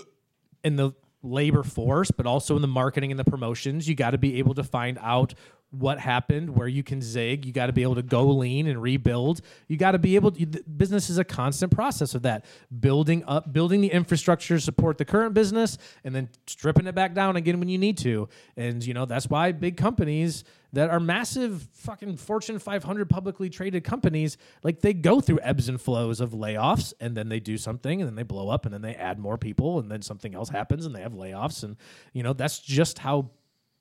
S2: in the labor force, but also in the marketing and the promotions. You got to be able to find out what happened, where you can zig. You got to be able to go lean and rebuild. You got to be able to, th- business is a constant process of that. Building up, building the infrastructure to support the current business and then stripping it back down again when you need to. And, you know, that's why big companies that are massive fucking Fortune 500 publicly traded companies, like they go through ebbs and flows of layoffs and then they do something and then they blow up and then they add more people and then something else happens and they have layoffs. And, you know, that's just how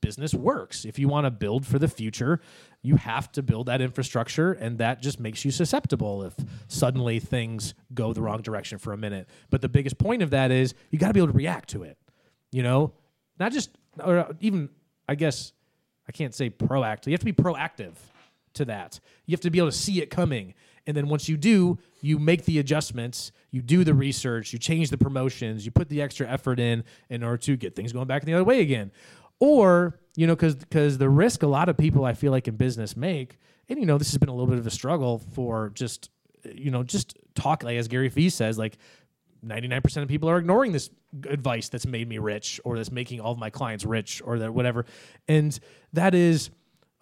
S2: business works. If you want to build for the future, you have to build that infrastructure and that just makes you susceptible if suddenly things go the wrong direction for a minute. But the biggest point of that is you got to be able to react to it. You know, not just or uh, even I guess I can't say proactive. You have to be proactive to that. You have to be able to see it coming. And then once you do, you make the adjustments, you do the research, you change the promotions, you put the extra effort in in order to get things going back the other way again. Or, you know, because because the risk a lot of people I feel like in business make, and you know, this has been a little bit of a struggle for just uh, you know, just talk like as Gary Vee says, like 99% of people are ignoring this advice that's made me rich or that's making all of my clients rich or that whatever. And that is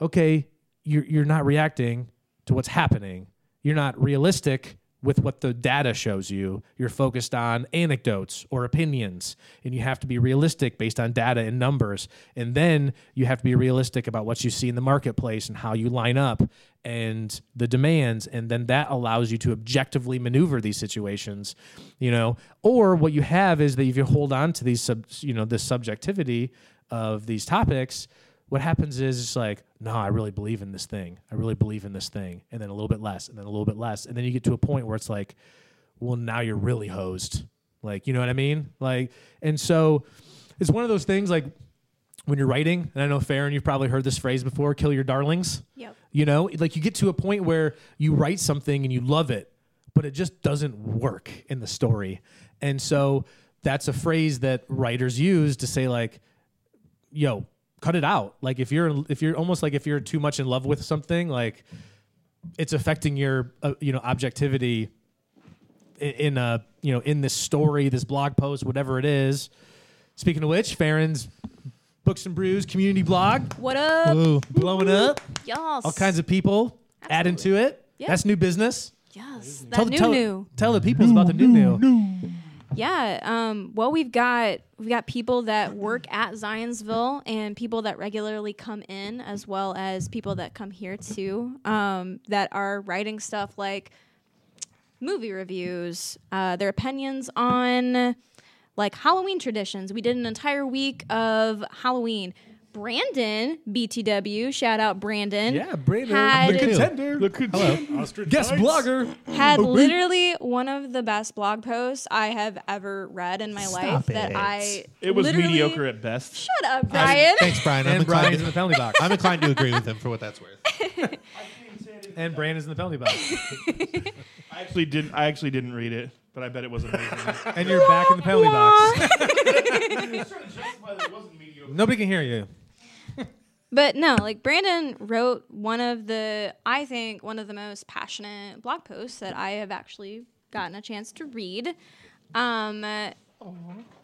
S2: okay, you're, you're not reacting to what's happening. You're not realistic with what the data shows you. You're focused on anecdotes or opinions, and you have to be realistic based on data and numbers. And then you have to be realistic about what you see in the marketplace and how you line up and the demands. And then that allows you to objectively maneuver these situations, you know. Or what you have is that if you hold on to these, sub, you know, this subjectivity of these topics, what happens is it's like, no, I really believe in this thing. I really believe in this thing. And then a little bit less, and then a little bit less. And then you get to a point where it's like, well, now you're really hosed. Like, you know what I mean? Like, and so it's one of those things like when you're writing, and I know Farron, you've probably heard this phrase before kill your darlings.
S4: Yep.
S2: You know, like you get to a point where you write something and you love it, but it just doesn't work in the story. And so that's a phrase that writers use to say, like, yo, cut it out. Like if you're if you're almost like if you're too much in love with something, like it's affecting your uh, you know objectivity i- in a you know in this story, this blog post, whatever it is. Speaking of which, Farron's Books and Brews community blog
S4: What up,
S1: Ooh.
S2: blowing up.
S4: y'all?
S2: All kinds of people adding to it.
S4: Yeah.
S2: That's new business.
S4: Yes,
S2: tell
S4: that
S2: the
S4: new
S2: tell,
S4: new.
S2: tell the people about the new new.
S4: Yeah. Um, well, we've got we've got people that work at Zionsville and people that regularly come in, as well as people that come here too, um, that are writing stuff like movie reviews, uh, their opinions on like Halloween traditions. We did an entire week of Halloween. Brandon BTW, shout out Brandon.
S2: Yeah, Brandon,
S4: Had-
S2: the contender,
S3: Look who
S5: Ostrich
S2: guest
S5: bites.
S2: blogger.
S4: had
S1: Oh,
S4: literally one of the best blog posts I have ever read in my life.
S1: Stop
S4: That
S1: it.
S4: I
S3: It was
S4: literally-
S3: mediocre at best.
S4: Shut up, Brian.
S1: Thanks, Brian. I'm
S2: And Brian's in
S1: inclined,
S2: the penalty box.
S1: I'm inclined to agree with him for what that's worth.
S2: and Brandon's in the penalty box.
S3: I actually didn't. I actually didn't read it, but I bet it was amazing.
S2: And you're back in the penalty box.
S3: it wasn't mediocre.
S2: Nobody can hear you.
S4: But no, like Brandon wrote one of the, I think, one of the most passionate blog posts that I have actually gotten a chance to read. Um, uh,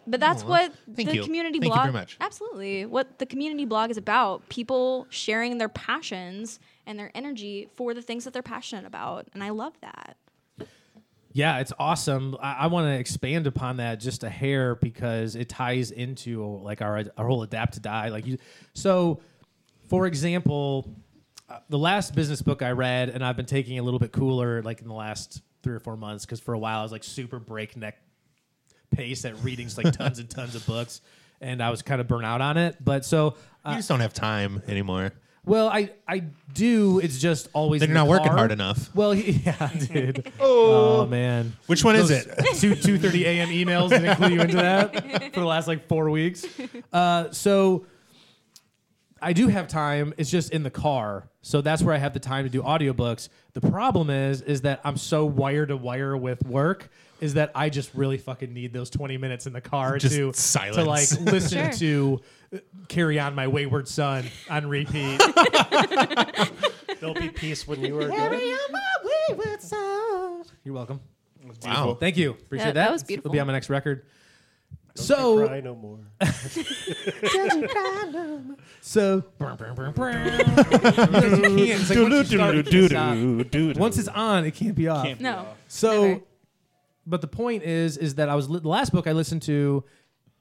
S4: but that's what
S1: Thank
S4: the
S1: you.
S4: community
S1: Thank you
S4: blog.
S1: very much.
S4: Absolutely, what the community blog is about: people sharing their passions and their energy for the things that they're passionate about, and I love that.
S2: Yeah, it's awesome. I, I want to expand upon that just a hair because it ties into like our our whole adapt to die. Like you, so for example, uh, the last business book I read, and I've been taking it a little bit cooler like in the last three or four months because for a while I was like super breakneck pace at reading just, like tons and tons of books, and I was kind of burnt out on it. But so.
S1: You
S2: Uh,
S1: just don't have time anymore.
S2: well, I, I do. It's just always.
S1: Then
S2: in
S1: you're
S2: the
S1: not working
S2: car.
S1: hard enough.
S2: Well, yeah, dude. oh man,
S1: Which one is
S2: those
S1: it?
S2: two two thirty a.m. emails didn't clue you into that for the last like four weeks. Uh, so I do have time. It's just in the car, so that's where I have the time to do audiobooks. The problem is, is that I'm so wire to wire with work is that I just really fucking need those 20 minutes in the car
S1: Just
S2: to to like
S1: silence.
S2: listen
S4: Sure.
S2: to uh, carry on my wayward son on repeat.
S5: There'll be peace when you are gone.
S2: You're welcome.
S1: Wow.
S2: Thank you. Appreciate
S4: Yeah,
S2: that.
S4: that was
S2: It'll be
S4: beautiful.
S2: on my next record.
S5: Don't you
S2: so
S5: cry no more.
S2: so Because you can't. It's like once you start, you can't stop. Once it's on, it can't be off.
S3: Can't be
S4: No.
S3: off.
S2: So,
S4: Never.
S2: but the point is, is that I was li- the last book I listened to.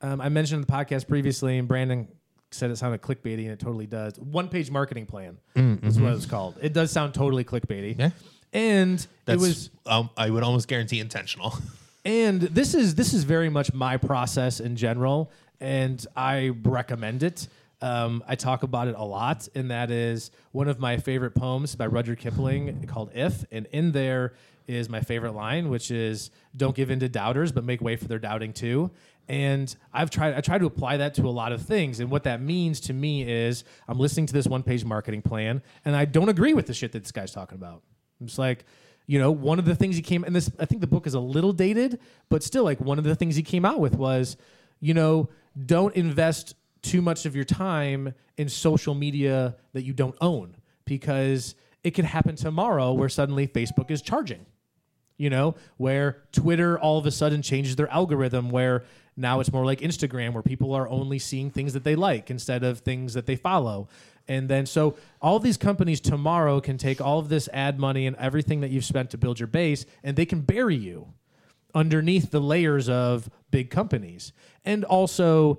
S2: Um, I mentioned in the podcast previously, and Brandon said it sounded clickbaity, and it totally does. One page marketing plan is what it's called. It does sound totally clickbaity.
S1: Yeah.
S2: And
S1: That's,
S2: it was,
S1: um, I would almost guarantee intentional.
S2: and this is this is very much my process in general, and I recommend it. Um, I talk about it a lot, and that is one of my favorite poems by Rudyard Kipling called "If," and in there is my favorite line, which is "Don't give in to doubters, but make way for their doubting too." And I've tried I try to apply that to a lot of things. And what that means to me is I'm listening to this one page marketing plan, and I don't agree with the shit that this guy's talking about. I'm just like, you know, one of the things he came and this I think the book is a little dated, but still like one of the things he came out with was, you know, don't invest too much of your time in social media that you don't own because it could happen tomorrow where suddenly Facebook is charging you know, where Twitter all of a sudden changes their algorithm, where now it's more like Instagram, where people are only seeing things that they like instead of things that they follow. And then, so all these companies tomorrow can take all of this ad money and everything that you've spent to build your base, and they can bury you underneath the layers of big companies. And also,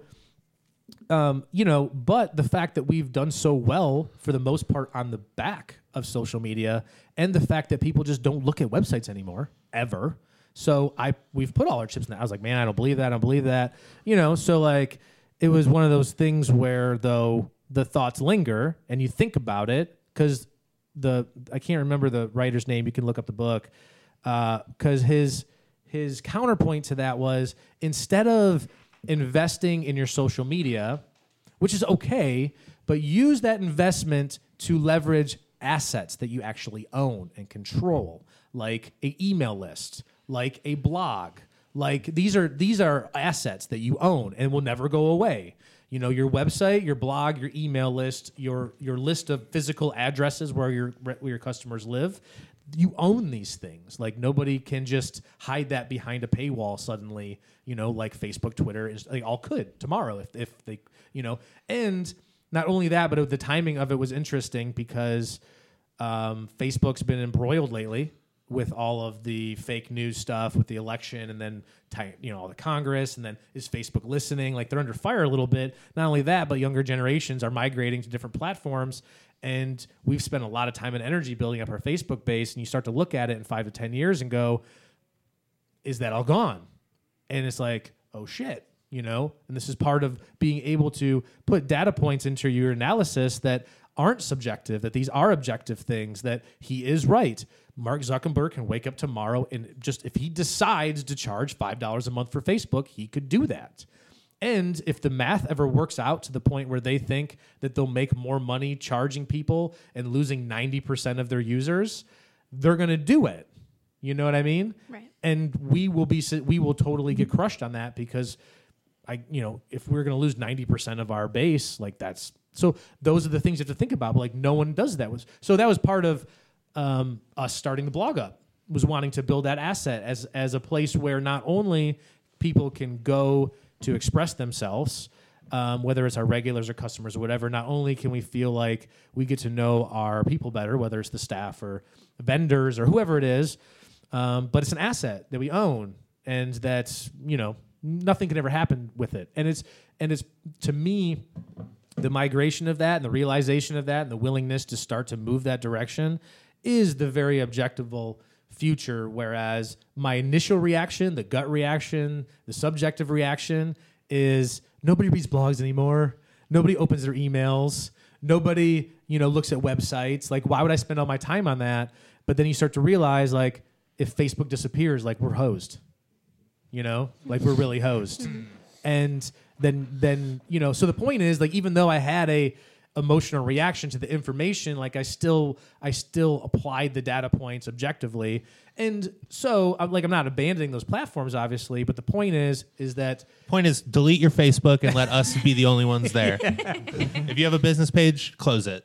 S2: um, you know, but the fact that we've done so well for the most part on the back of social media, and the fact that people just don't look at websites anymore ever. So I we've put all our chips in that. I was like, man, I don't believe that. I don't believe that. You know, so like it was one of those things where though the thoughts linger and you think about it because the I can't remember the writer's name. You can look up the book because his his counterpoint to that was instead of investing in your social media, which is okay, but use that investment to leverage assets that you actually own and control, like a email list, like a blog, like these are these are assets that you own and will never go away you know your website your blog your email list your your list of physical addresses where your where your customers live you own these things like nobody can just hide that behind a paywall suddenly you know like facebook twitter is they all could tomorrow if if they you know and not only that but the timing of it was interesting because um, Facebook's been embroiled lately with all of the fake news stuff with the election and then ti- you know all the congress and then is facebook listening like they're under fire a little bit not only that but younger generations are migrating to different platforms and we've spent a lot of time and energy building up our facebook base and you start to look at it in five to ten years and go is that all gone? And it's like, oh shit, you know? And this is part of being able to put data points into your analysis that aren't subjective, that these are objective things, that he is right. Mark Zuckerberg can wake up tomorrow and just, if he decides to charge $5 a month for Facebook, he could do that. And if the math ever works out to the point where they think that they'll make more money charging people and losing 90% of their users, they're going to do it. You know what I mean?
S4: Right.
S2: And we will be si- we will totally get crushed on that because I you know, if we're going to lose 90% of our base, like that's so those are the things you have to think about, but like no one does that. Was So that was part of um, us starting the blog up was wanting to build that asset as as a place where not only people can go to express themselves um, whether it's our regulars or customers or whatever not only can we feel like we get to know our people better whether it's the staff or vendors or whoever it is um, but it's an asset that we own and that's you know nothing can ever happen with it and it's and it's to me the migration of that and the realization of that and the willingness to start to move that direction is the very objectable future whereas my initial reaction the gut reaction the subjective reaction is nobody reads blogs anymore nobody opens their emails nobody you know looks at websites like why would i spend all my time on that but then you start to realize like if facebook disappears like we're hosed you know like we're really hosed and then then you know so the point is like even though i had a emotional reaction to the information like i still i still applied the data points objectively and so i'm like i'm not abandoning those platforms obviously but the point is is that
S1: Point is, delete your Facebook and let us be the only ones there. If you have a business page, close it.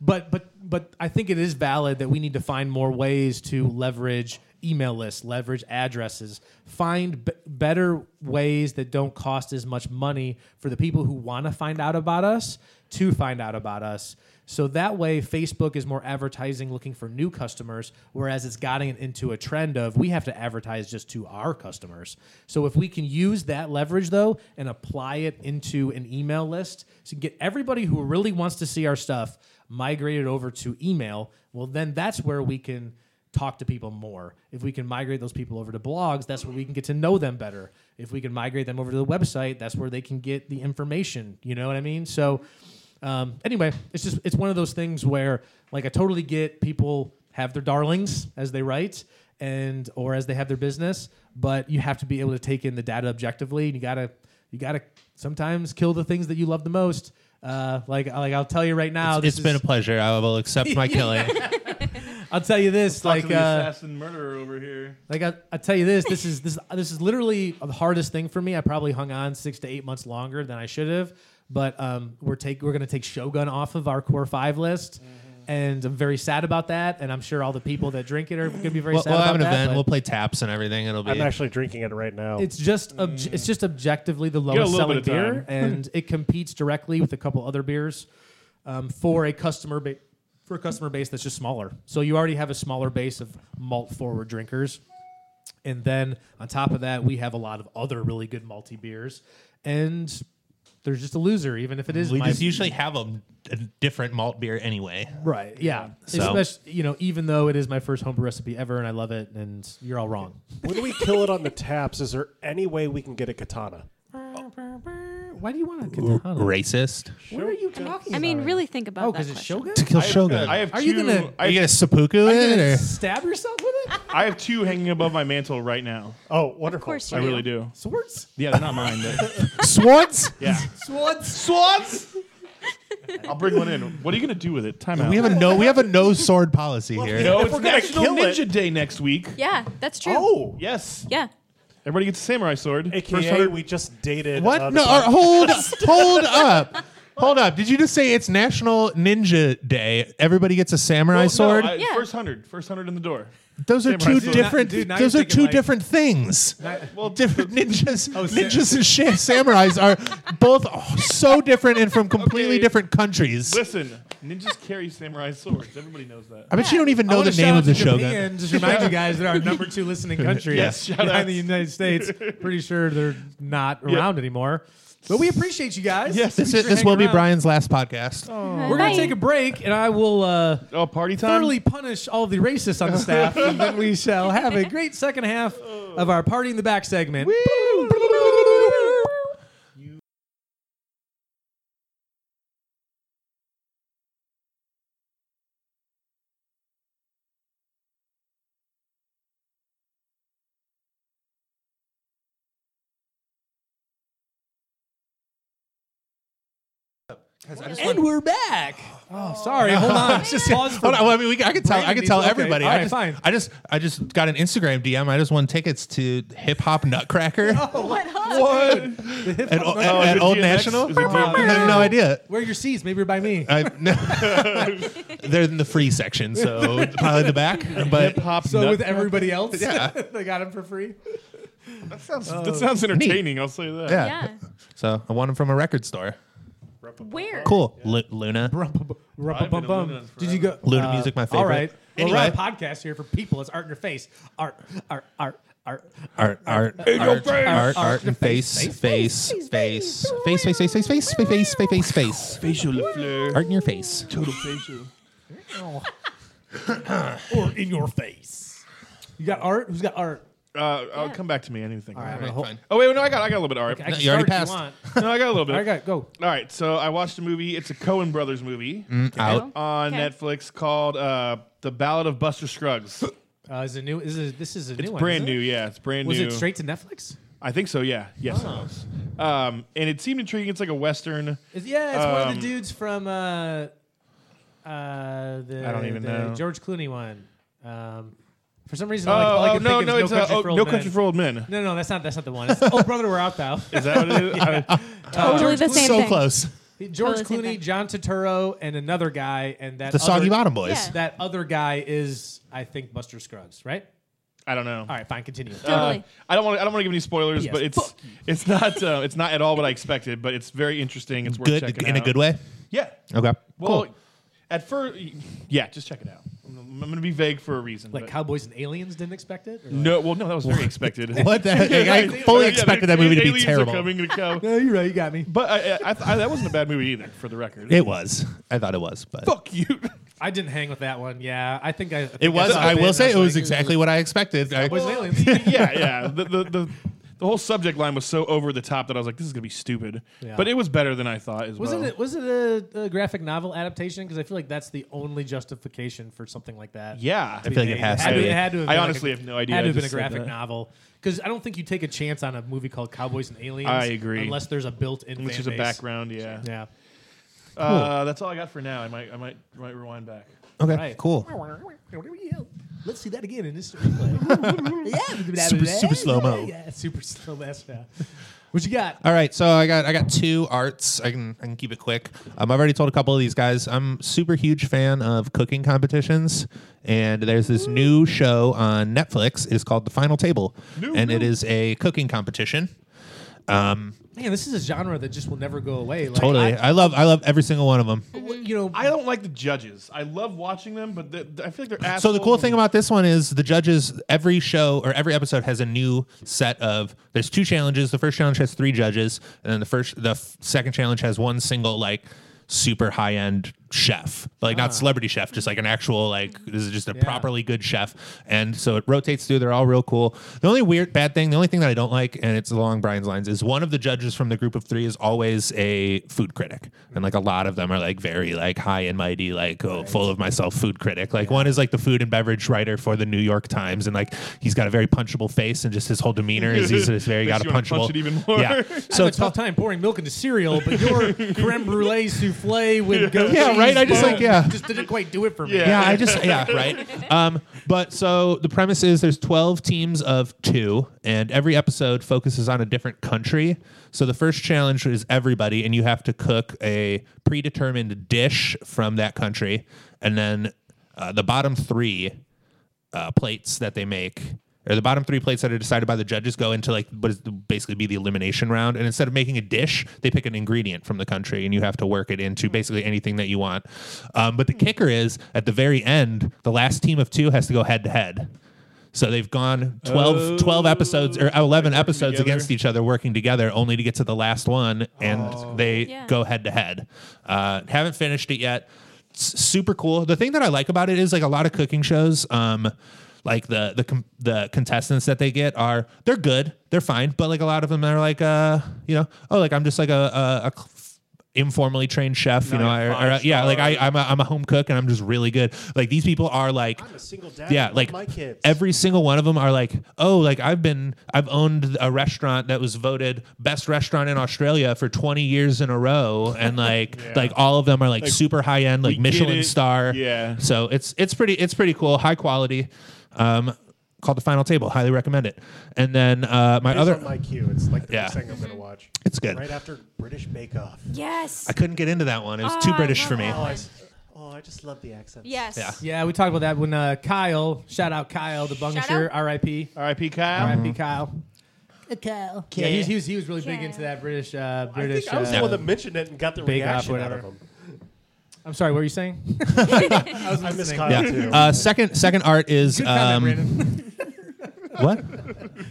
S2: but but but I think it is valid that we need to find more ways to leverage email lists, leverage addresses, find b- better ways that don't cost as much money for the people who want to find out about us to find out about us. So that way, Facebook is more advertising looking for new customers, whereas it's gotten into a trend of we have to advertise just to our customers. So if we can use that leverage though and apply it into an email list to get everybody who really wants to see our stuff migrated over to email, well, then that's where we can talk to people more. If we can migrate those people over to blogs, that's where we can get to know them better. If we can migrate them over to the website, that's where they can get the information. You know what I mean? So, um, anyway, it's just it's one of those things where like I totally get people have their darlings as they write and or as they have their business, but you have to be able to take in the data objectively. And you gotta you gotta sometimes kill the things that you love the most. Uh, like like I'll tell you right now,
S1: it's
S2: this
S1: been a
S2: is-
S1: pleasure. I will accept my killing.
S2: I'll tell you this
S3: Talk
S2: like
S3: to the
S2: uh,
S3: assassin murderer over here.
S2: Like I, I tell you this, this is this this is literally the hardest thing for me. I probably hung on six to eight months longer than I should have, but um, we're take we're gonna take Shogun off of our core five list,
S1: Mm-hmm.
S2: and I'm very sad about that. And I'm sure all the people that drink it are gonna be very
S1: we'll,
S2: sad
S1: we'll
S2: about
S1: have an
S2: that.
S1: event.
S2: but
S1: We'll play taps and everything. It'll be.
S5: I'm actually drinking it right now.
S2: it's just obj- it's just objectively the
S3: a
S2: lowest
S3: little
S2: selling
S3: bit
S2: beer,
S3: of
S2: and it competes directly with a couple other beers um, for a customer base for a customer base that's just smaller. So you already have a smaller base of malt forward drinkers. And then on top of that, we have a lot of other really good malty beers. And there's just a loser, even if it is
S1: we
S2: my
S1: just usually have a, a different malt beer anyway.
S2: right. Yeah,
S1: So-
S2: especially you know, even though it is my first homebrew recipe ever, and I love it, and you're all wrong.
S5: when we kill it on the taps, is there any way we can get a katana?
S2: Why do you want to katana?
S1: Racist.
S2: What are you talking?
S4: I mean,
S2: about?
S4: really think about
S2: Oh,
S4: that.
S2: because it's
S4: question.
S2: Shogun.
S3: I
S1: Kill
S3: have,
S1: Shogun.
S3: uh, I have
S2: Are
S3: two,
S2: you gonna-
S1: Are
S3: I
S1: you
S3: have,
S1: gonna seppuku it?
S2: gonna
S1: Or?
S2: stab yourself with it?
S3: I have two hanging above my mantle right now.
S5: Oh, wonderful.
S4: course
S3: I
S4: you
S3: really do.
S2: Swords?
S3: Yeah, they're not mine. But
S1: Swords?
S3: yeah.
S2: Swords?
S3: Swans! I'll bring one in. What are you going to do with it? Time out.
S1: We have a no. We have a no sword policy here.
S3: no, it's
S5: we're gonna
S3: National
S5: kill it-
S3: Ninja Day next week.
S4: Yeah, that's true.
S5: Oh,
S3: Yes.
S4: Yeah.
S3: Everybody gets a samurai sword. First
S5: AKA
S3: order-
S5: we just dated. uh,
S1: What?
S5: the
S1: No,
S5: pod-
S1: uh, hold hold up. Hold up. Did you just say it's National Ninja Day? Everybody gets a samurai
S3: Well, no,
S1: sword?
S3: I-
S4: Yeah.
S3: First hundred. First hundred in the door.
S1: those are
S3: samurai
S1: two
S3: sword.
S1: different
S2: Dude, now you're
S1: those are
S2: thinking
S1: two
S2: like-
S1: different things.
S3: Well,
S1: different ninjas
S2: sa-
S1: ninjas and sh- samurais are both so different and from completely
S3: Okay.
S1: different countries.
S3: Listen, ninjas carry samurai swords. Everybody knows that.
S1: I bet you don't even know the name of the shogun.
S2: Japan, just remind you guys they're our number two listening country
S3: Yes, shout
S2: behind
S3: out.
S2: the United States. Pretty sure they're not
S3: Yeah.
S2: around anymore. But we appreciate you guys.
S3: Yes.
S1: This is,
S2: for
S1: this will be
S2: hanging around.
S1: Brian's last podcast.
S2: We're
S4: Bye.
S2: gonna take a break, and I will uh,
S3: Oh, party time!
S2: thoroughly punish all the racists on the staff, and then we shall have a great second half of our party in the back segment. And we're back. Oh, sorry. Hold on. Just pause for
S1: Hold on, well, I mean, we, I could tell. I
S2: Brandon
S1: could tell
S2: needs- okay,
S1: everybody.
S2: all
S1: I
S2: right,
S1: just,
S2: fine.
S1: I just, I just got an Instagram DM. I just won tickets to Hip Hop Nutcracker
S2: What?
S1: at, at, at
S3: Oh, is it
S1: Old
S2: Oh,
S3: DMX?
S1: National.
S3: Is it
S1: I have no idea.
S2: Where are your seats? Maybe you're by me.
S1: I, no. They're in the free section, so probably the back. But
S3: Hip hop.
S2: So
S3: nut-
S2: with everybody else,
S1: Yeah.
S2: they got them for free.
S3: that sounds that sounds entertaining. I'll say that.
S1: yeah.
S4: Yeah.
S1: so I won them from a record store.
S4: Where?
S1: Cool, Lu- Luna.
S3: I've been a
S2: Bum.
S3: Luna for
S2: Did you go? Uh,
S1: Luna music, my
S2: All
S1: favorite.
S2: right. Well,
S1: Anyway.
S2: we're on a podcast here for people. It's art in your face. Art, art, art, art.
S1: Art, art, art, art, art, art, and face, face, face, face, face, face, face, face, face, face, face, face, face.
S3: facial fleur?
S1: Art in your face.
S3: Total facial.
S2: Or in your face. You got art? Who's got art?
S3: Uh, uh,
S4: Yeah.
S3: come back to me. Anything.
S2: right.
S1: All right, fine.
S3: Oh wait, no, I got I got a little bit of art.
S2: I can
S1: you
S2: start
S1: already
S2: if
S1: passed.
S2: You want.
S3: No, I got a little bit.
S2: All right, got go.
S3: All right, so I watched a movie. It's a Cohen Brothers movie
S2: Mm,
S1: Out.
S3: on
S4: Okay.
S3: Netflix called uh, "The Ballad of Buster Scruggs."
S2: Uh, is it new? Is it, this is a new
S3: It's
S2: one.
S3: brand
S2: is it? Oh.
S3: new, yeah. It's brand
S2: Was
S3: new.
S2: it straight to Netflix?
S3: I think so. Yeah. Yes. it was. Um, and it seemed intriguing. It's like a western.
S2: It's- yeah, it's one of
S3: Um,
S2: the dudes from uh, uh, the
S3: I don't even
S2: the
S3: know.
S2: George Clooney one. Um, for some reason,
S3: Oh,
S2: all I- all I
S3: oh,
S2: can
S3: no,
S2: think
S3: no,
S2: of is
S3: it's
S2: no country
S3: uh, oh,
S2: for old
S3: no
S2: men.
S3: country for old men.
S2: No, no, that's not that's not the one. It's, oh, brother, we're out thou.
S3: Is that what it is? I-
S4: Totally the same
S1: so
S4: thing.
S1: close.
S2: George
S4: Totally same
S2: Clooney,
S4: thing.
S2: John Turturro, and another guy, and that
S1: The Soggy
S2: other,
S1: Bottom Boys.
S4: Yeah.
S2: That other guy is, I think, Buster Scruggs, right?
S3: I don't know.
S2: All right, fine, continue.
S3: Uh,
S4: Totally.
S3: I don't want. to. I don't want to give any spoilers,
S2: Yes,
S3: but it's it's not uh, it's not at all what I expected. But it's very interesting. It's worth
S1: Good
S3: checking
S1: in a
S3: out.
S1: good way.
S3: Yeah.
S1: Okay.
S3: Well,
S1: cool.
S3: at first, yeah, just check it out. I'm, I'm going to be vague for a reason.
S2: like
S3: but-
S2: Cowboys and Aliens didn't expect it. Or like-
S3: no, well, no, that was very expected.
S1: What the heck? I fully expected that movie to be terrible.
S3: Coming to go.
S2: No, you're right. You got me.
S3: But I, I, I, th- I, that wasn't a bad movie either, for the record.
S1: It was. I thought it was, but
S3: Fuck you.
S2: I didn't hang with that one. Yeah, I think I. I think
S1: it was.
S2: saw
S1: I
S2: bit
S1: will
S2: and
S1: say it was
S2: like,
S1: exactly what I expected. I-
S2: Cowboys and Aliens.
S3: yeah, yeah. The, the, the, the whole subject line was so over the top that I was like, this is going to be stupid.
S2: Yeah.
S3: But it was better than I thought as
S2: Was
S3: well.
S2: it was it a, a graphic novel adaptation? Because I feel like that's the only justification for something like that.
S3: Yeah.
S1: I feel like it has
S2: had
S1: to
S2: to,
S1: be.
S2: it had to have
S3: I
S2: been
S3: honestly
S2: like a,
S3: have no idea.
S2: Had to
S3: I
S2: have been a
S3: just said
S2: graphic
S3: that.
S2: novel because I don't think you take a chance on a movie called Cowboys and Aliens.
S3: I agree.
S2: Unless there's a built-in.
S3: Which
S2: fan
S3: is a
S2: base.
S3: background, yeah.
S2: Yeah.
S3: Uh, that's all I got for now. I might, I might, I might rewind back.
S1: okay.
S2: right.
S1: Cool.
S2: Let's see that again in this replay. yeah.
S1: Super- super slow-mo.
S2: Yeah, super slow mo. What you got?
S1: All right, so I got I got two arts. I can I can keep it quick. Um, I've already told a couple of these guys. I'm super huge fan of cooking competitions, and there's this new show on Netflix. It's called The Final Table, and it is a cooking competition.
S2: Man, this is a genre that just will never go away. Like,
S1: Totally, I, love I love every single one of them.
S2: I- you know,
S3: I don't like the judges. I love watching them, but the, I feel like they're
S1: So the cool
S3: assholes
S1: thing
S3: and-
S1: about this one is the judges. Every show or every episode has a new set of. There's two challenges. The first challenge has three judges, and then the first, the f- second challenge has one single like super high end chef, like not celebrity chef, just like an actual like this is just a properly good chef. And so it rotates through. They're all real cool. The only weird bad thing, the only thing that I don't like, and it's along Brian's lines, is one of the judges from the group of three is always a food critic, and like a lot of them are like very like high and mighty, like oh, full of myself food critic. Like one is like the food and beverage writer for the New York Times, and like he's got a very punchable face, and just his whole demeanor is he's just very
S3: Makes
S1: got a
S3: you wanna punch
S1: punchable.
S3: it even more.
S1: Yeah.
S2: so
S1: So
S2: a
S1: it's
S2: tough time pouring milk into cereal, but your creme brulee souffle with goat
S1: Yeah,
S2: cheese
S1: right? I just
S2: bun
S1: like- yeah.
S2: just didn't quite do it for me.
S3: Yeah.
S1: yeah, I just yeah, right. Um, but so the premise is there's 12 teams of two, and every episode focuses on a different country. So the first challenge is everybody, and you have to cook a predetermined dish from that country, and then uh, the bottom three uh, plates that they make or the bottom three plates that are decided by the judges go into like what is basically be the elimination round and instead of making a dish they pick an ingredient from the country and you have to work it into basically anything that you want um, but the kicker is at the very end the last team of two has to go head to head so they've gone 12, 12 episodes or 11 episodes
S3: together.
S1: against each other working together only to get to the last one and they
S4: Yeah.
S1: go head to head Uh, haven't finished it yet S- super cool the thing that i like about it is like a lot of cooking shows um like the the com- the contestants that they get are they're good they're fine but like a lot of them are like uh you know oh like i'm just like a a, a cl- informally trained chef you know
S3: like
S1: I,
S3: a
S1: or, uh, yeah like I, I'm, a, I'm a home cook and i'm just really good like these people are like
S5: I'm a single dad.
S1: yeah,
S5: I love
S1: like
S5: my kids.
S1: every single one of them are like, oh, like I've been, I've owned a restaurant that was voted best restaurant in Australia for 20 years in a row, and like, like all of them are like, super high end, like
S3: get
S1: Michelin
S3: it.
S1: star.
S3: Yeah.
S1: So it's it's pretty it's pretty cool, high quality. Um, called the Final Table. Highly recommend it. And then uh, my
S5: It's
S1: other,
S5: on my queue. It's like the
S1: Yeah.
S5: next thing I'm gonna watch.
S1: it's good.
S5: Right after British Bake Off.
S4: Yes.
S1: I couldn't get into that one. It was
S4: Oh,
S1: too
S4: I
S1: British
S4: love
S1: for me.
S4: that
S5: Oh, I,
S4: one.
S5: s- oh, I just love the accent.
S4: Yes.
S1: Yeah.
S2: Yeah, we talked about that when uh, Kyle, shout out Kyle, the Bungusher, R.I.P.
S3: R.I.P. Kyle.
S2: R.I.P. Kyle. Kyle. Yeah, he was, he was, he was really big into that British uh,
S5: I
S2: British.
S5: think I was
S2: uh,
S5: the one that mentioned it and got the
S2: Bake Off,
S5: reaction out
S2: whatever.
S5: of them.
S2: I'm sorry, what were you saying? I was
S5: I miss
S2: listening.
S5: Kyle
S1: Yeah.
S5: too.
S1: Uh, second second art is
S2: Good comment,
S1: um,
S2: Brandon.
S1: what?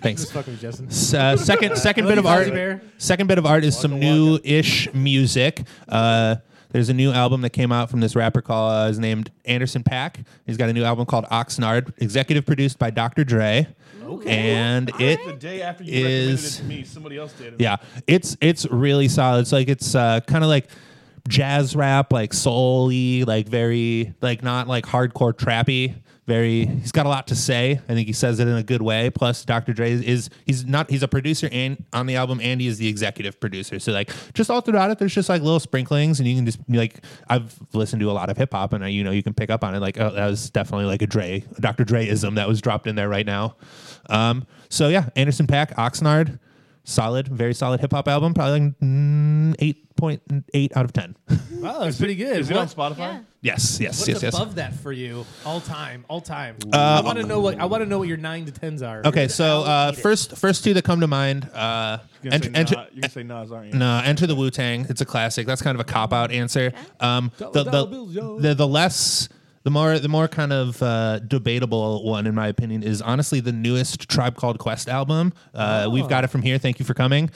S1: Thanks.
S2: Just fucking with Justin.
S1: S- uh, second second bit of
S2: Fuzzy
S1: art.
S2: Oh, Bear.
S1: Second bit of art is some new ish music. Uh, there's a new album that came out from this rapper called uh, is named Anderson Pack. He's got a new album called Oxnard, executive produced by Dr. Dre. And it
S3: The day after you
S1: Is-
S3: recommended it to me, somebody else did.
S1: yeah, it's it's really solid. It's like it's uh, kind of like jazz rap, like souly, like very like not like hardcore trappy. Very, he's got a lot to say. I think he says it in a good way. Plus, Dr. Dre is, is he's not he's a producer and on the album, and he is the executive producer. So like just all throughout it, there's just like little sprinklings, and you can just be like I've listened to a lot of hip hop, and I, you know you can pick up on it. Like oh, that was definitely like a Dre, a Dr. Dre ism that was dropped in there right now. Um, so yeah, Anderson Pack, Oxnard solid, very solid hip hop album. Probably like mm, eight point eight out of ten.
S2: Wow, that's pretty good.
S3: Is it on
S2: What-
S3: Spotify?
S4: Yeah.
S1: yes, yes,
S2: What's
S1: yes, yes.
S2: above that for you? All time, all time. I want to know what I want to know what your nine to tens are.
S1: Okay, so uh, first first two that come to mind. Uh,
S3: You're gonna,
S1: ent-
S3: say,
S1: ent-
S3: Nas- you're gonna say Nas, aren't you?
S1: No, Enter the Wu Tang. It's a classic. That's kind of a cop out answer. Um, the,
S2: dollar bills, yo.
S1: the, the the less the more the more kind of uh, debatable one in my opinion is honestly the newest Tribe Called Quest album.
S2: Oh.
S1: Uh, We've got it from here. Thank you for coming.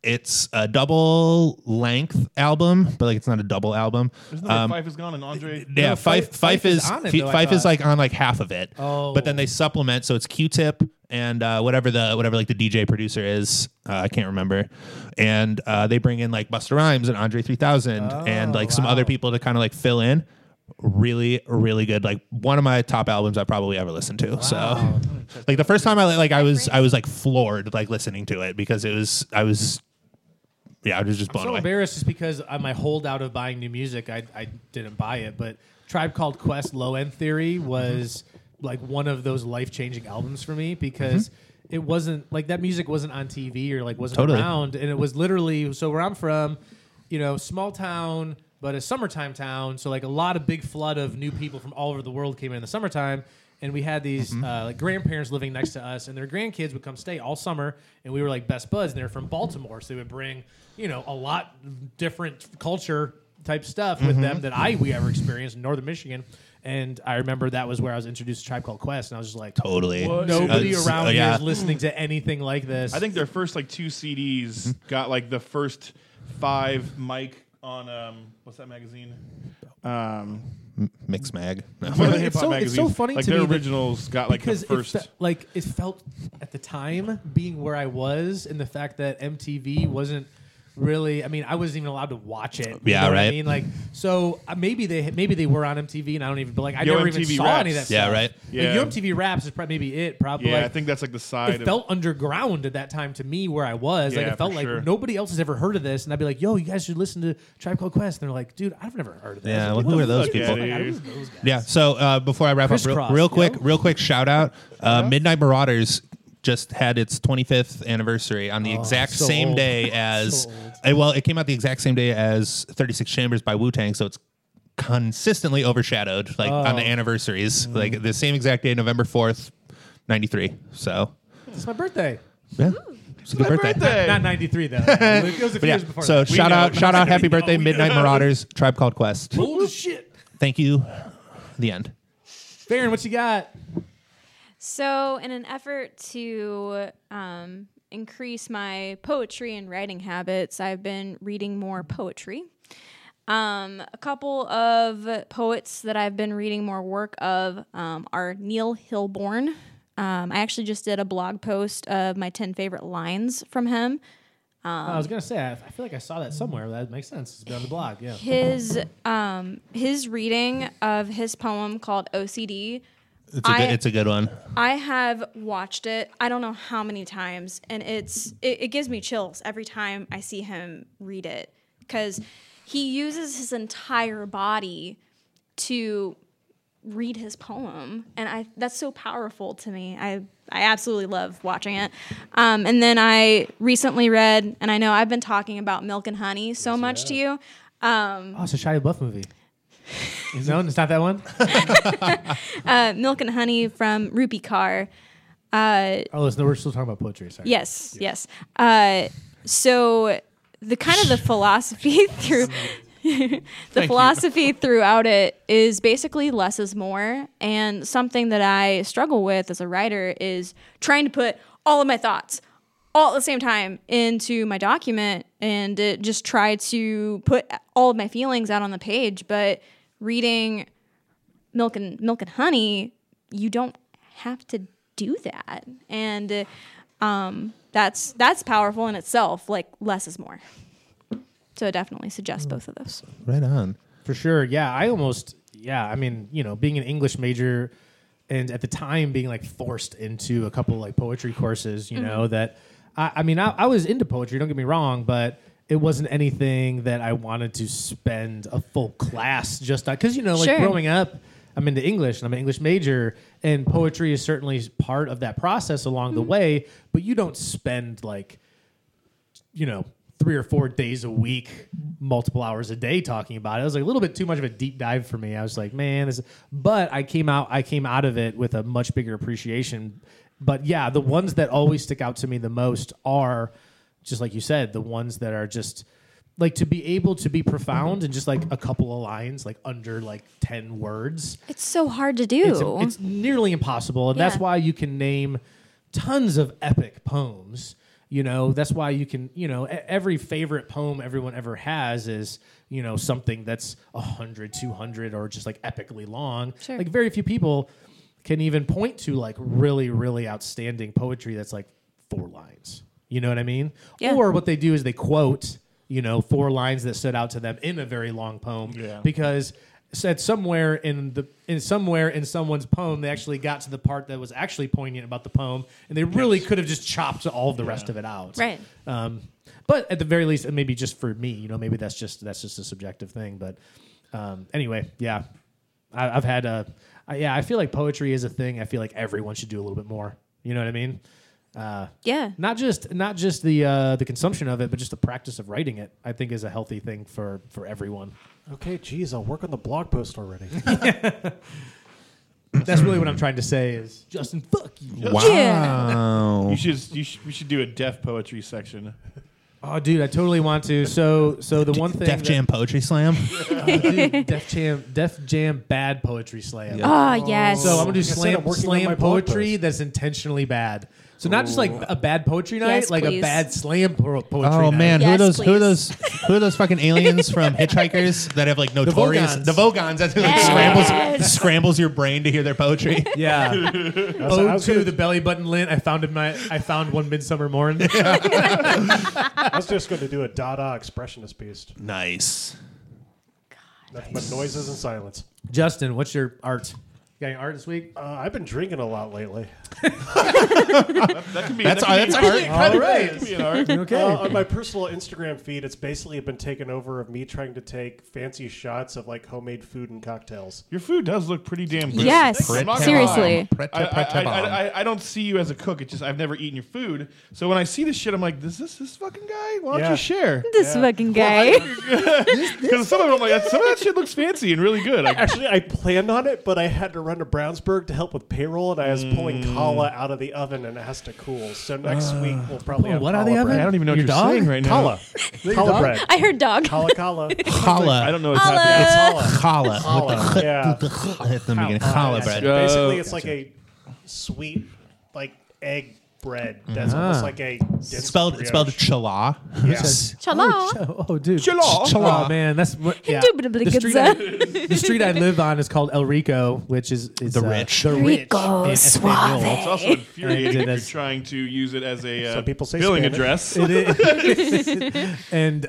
S1: It's a double length album, but like it's not a double album.
S3: Isn't that
S2: um,
S3: like Fife is gone and Andre?
S1: Yeah,
S2: No,
S1: Fife,
S2: Fife-
S1: Fife,
S2: Fife is
S1: is,
S2: on it,
S1: Fi-
S2: though, I
S1: Fife is
S2: thought.
S1: like on like half of it.
S2: Oh.
S1: But then they supplement, so it's Q-Tip and uh, whatever the whatever like the DJ producer is, uh, I can't remember. And uh, they bring in like Busta Rhymes and Andre 3000 and like some
S2: Oh,
S1: other people to kind of like fill in. Really, really good. Like one of my top albums I probably ever listened to. So, like the first time I like I was I was like floored like listening to it because it was I was yeah I was just blown
S2: so
S1: away.
S2: embarrassed just because on my holdout of buying new music, I, I didn't buy it. But Tribe Called Quest Low End Theory was like one of those life changing albums for me because it wasn't like that music wasn't on TV or like wasn't
S1: Totally.
S2: around, and it was literally so where I'm from, you know, small town. But a summertime town, so like a lot of big flood of new people from all over the world came in, in the summertime, and we had these
S1: Mm-hmm.
S2: uh, like grandparents living next to us, and their grandkids would come stay all summer, and we were like best buds. And they were from Baltimore, so they would bring you know a lot different culture type stuff with
S1: Mm-hmm.
S2: them that I we ever experienced in Northern Michigan. And I remember that was where I was introduced to Tribe Called Quest, and I was just like,
S1: Totally.
S2: nobody
S1: Uh,
S2: around
S1: uh,
S2: here
S1: yeah.
S2: is listening to anything like this.
S3: I think their first like two CDs
S2: Mm-hmm.
S3: got like the first five mic on um what's that magazine? Um,
S1: Mix mag.
S3: one
S1: No.
S3: of the
S2: It's
S3: hip hop
S2: so- it's
S3: magazines.
S2: so funny
S3: like
S2: to
S3: their
S2: me that-
S3: originals got like the
S2: because
S3: first.
S2: it fe- like it felt at the time being where I was and the fact that MTV wasn't really I mean I wasn't even allowed to watch it. You
S1: Yeah,
S2: know what I
S1: right.
S2: mean like so uh, maybe they maybe they were on MTV and I don't even but like I
S3: Yo,
S2: never even
S3: MTV
S2: saw any of that
S3: Raps.
S1: Yeah,
S2: stuff.
S1: right.
S2: Like
S3: Yeah.
S2: Yo MTV Raps is probably maybe it probably
S3: yeah,
S2: like,
S3: I think that's like the side.
S2: it felt underground at that time to me where I was. like
S3: Yeah,
S2: it felt
S3: for
S2: like
S3: sure.
S2: nobody else has ever heard of this and I'd be like, "Yo, you guys should listen to Tribe Called Quest." And they're like, "Dude, I've never heard of this."
S1: Yeah,
S2: Like,
S1: who
S2: what
S1: are
S2: the
S1: those
S2: fuck?
S1: people?
S2: Like, I don't know those guys.
S1: Yeah. So uh, before I wrap up,
S2: Crisscross,
S1: real, real quick,
S2: yo.
S1: real quick shout out. Uh, Midnight Marauders just had its 25th anniversary on the exact
S2: so
S1: same
S2: old.
S1: day as.
S2: So old.
S1: eh, well, it came out the exact same day as 36 Chambers by Wu Tang, so it's consistently overshadowed, like on the anniversaries, like the same exact day, November 4th, 93. So,
S2: It's my birthday.
S1: yeah, it's a good birthday.
S2: Not 93 though. it was a few
S1: But yeah,
S2: years before.
S1: so
S2: that.
S1: shout
S3: know.
S1: out, shout out, happy birthday,
S3: We
S1: Midnight
S3: know.
S1: Marauders, Tribe Called Quest.
S2: Old as shit.
S1: Thank you. The end.
S2: Baron, what you got?
S4: So, in an effort to um, increase my poetry and writing habits, I've been reading more poetry. Um, a couple of poets that I've been reading more work of um, are Neil Hilborn. Um, I actually just did a blog post of my 10 favorite lines from him.
S2: I was gonna say, I, I feel like I saw that somewhere. That makes sense. It's been on the blog. Yeah.
S4: His um, his reading of his poem called OCD
S1: It's a,
S4: I-
S1: good, it's a good one.
S4: I have watched it. I don't know how many times, and it's it, it gives me chills every time I see him read it because he uses his entire body to read his poem, and I that's so powerful to me. I I absolutely love watching it. Um, and then I recently read, and I know I've been talking about Milk and Honey so much to you.
S2: Oh, it's a Shia LaBeouf movie. no, it's not that one.
S4: Uh, Milk and Honey from Rupi Kaur. Uh,
S2: Oh, it's no. We're still talking about poetry. Sorry.
S4: Yes, yes. Uh, so the kind of the philosophy through the philosophy throughout it is basically less is more, and something that I struggle with as a writer is trying to put all of my thoughts all at the same time into my document and it just try to put all of my feelings out on the page but reading milk and milk and honey you don't have to do that and uh, um, that's that's powerful in itself like less is more So I definitely suggest both of those.
S1: Right on.
S2: For sure. Yeah. I almost, yeah. I mean, you know, being an English major and at the time being like forced into a couple like poetry courses, you know, that I, I mean, I, I was into poetry, don't get me wrong, but it wasn't anything that I wanted to spend a full class just on. Cause, you know, like
S4: Sure.
S2: growing up, I'm into English and I'm an English major, and poetry is certainly part of that process along the way, but you don't spend like, you know, three or four days a week, multiple hours a day talking about it. It was like a little bit too much of a deep dive for me. I was like, man, this but I came out I came out of it with a much bigger appreciation. But yeah, the ones that always stick out to me the most are just like you said, the ones that are just like to be able to be profound and just like a couple of lines, like under like ten words
S4: It's so hard to do.
S2: it's, it's nearly impossible and that's
S4: Yeah.
S2: why you can name tons of epic poems you know that's why you can you know e- every favorite poem everyone ever has is you know something that's 100 200 or just like epically long
S4: Sure.
S2: like very few people can even point to like really really outstanding poetry that's like four lines you know what i mean
S4: Yeah.
S2: or what they do is they quote you know four lines that stood out to them in a very long poem
S3: Yeah.
S2: because said somewhere in the in somewhere in someone's poem they actually got to the part that was actually poignant about the poem and they really could have just chopped all of the rest of it out
S4: Right.
S2: um, but at the very least and maybe just for me you know maybe that's just that's just a subjective thing but um, anyway yeah I, i've had a I, yeah i feel like poetry is a thing i feel like everyone should do a little bit more you know what i mean uh,
S4: yeah.
S2: not just not just the uh, the consumption of it, but just the practice of writing it. I think is a healthy thing for for everyone.
S5: Okay, geez, I'll work on the blog post already.
S2: That's really what I'm trying to say. Is Justin, fuck you.
S1: Wow.
S3: You should, you should, we should do a deaf poetry section.
S2: Oh, dude, I totally want to. So so the one thing
S1: Def
S2: that-
S1: Jam Poetry Slam.
S2: dude, Def Jam, Def Jam, bad poetry slam.
S4: Oh, yes.
S2: So I'm gonna do
S5: Like I said, I'm
S2: slam
S5: working on my
S2: slam
S5: blog
S2: poetry
S5: post.
S2: that's intentionally bad. So not just like a bad poetry night,
S4: Yes,
S2: like
S4: please.
S2: a bad slam po- poetry.
S1: Oh
S2: night.
S1: man, who are
S4: Yes,
S1: those? Who are
S4: please.
S1: those? Who are those fucking aliens from Hitchhikers that have like notorious
S2: Vogons.
S1: the Vogons? That's who like, scrambles scrambles your brain to hear their poetry.
S2: Yeah.
S5: I
S2: Oh,
S5: was
S2: to
S5: gonna-
S2: the belly button lint. I found in my. I found one midsummer morn.
S5: I was just going to do a Dada expressionist piece.
S1: nice.
S5: Nothing but noises and silence.
S2: Justin, what's your art? You got any art this week?
S5: Uh, I've been drinking a lot lately.
S3: That could be.
S1: That's
S3: that could
S1: that's
S3: be-
S1: art.
S5: All
S3: that could be an art.
S2: Okay.
S5: Uh, on my personal Instagram feed, it's basically been taken over of me trying to take fancy shots of like homemade food and cocktails.
S3: Your food does look pretty damn good.
S4: Yes.
S3: I'm not gonna
S4: Seriously.
S3: lie.
S1: Preta-
S3: I, I,
S1: preta bomb.
S3: I, I, I don't see you as a cook. It's just I've never eaten your food. So when I see this shit, I'm like, this this this fucking guy? Why don't
S5: Yeah.
S3: you share?
S4: This fucking guy.
S3: Because some of them, I'm like, "That- some of that shit looks fancy and really good. Like,
S5: Actually, I planned on it, but I had to run to Brownsburg to help with payroll, and I was pulling calla out of the oven, and it has to cool. So next week we'll probably
S2: Oh,
S5: have
S2: what are
S5: calla
S2: they
S5: bread.
S2: having?
S3: I don't even know
S2: Your
S3: what you're
S2: dog?
S3: saying right now.
S5: Calla, calla bread,
S4: I heard dog.
S5: calla calla,
S1: Challah.
S3: I don't know what's happening.
S5: calla.
S1: Challah. With
S5: Challah,
S1: the
S5: yeah.
S1: at the beginning. Challah bread.
S3: Uh,
S5: Basically, it's like a sweet, like egg bread that's almost like a
S1: It's spelled it's spelled chala. Yes.
S4: Hello.
S2: Oh, oh, dude.
S3: Chala.
S2: Chala, man. That's what, yeah.
S4: Indubitably
S2: the
S4: good,
S2: street, I,
S4: sir.
S2: the street I live on is called El Rico, which is, is
S1: The
S2: uh,
S1: rich.
S2: The rich.
S4: Rico
S2: in Espanol.
S4: suave.
S3: It's also infuriating if you're
S2: That's-
S3: trying to use it as a uh,
S5: Some people say
S3: billing
S5: Spanish.
S3: address.
S2: It is. and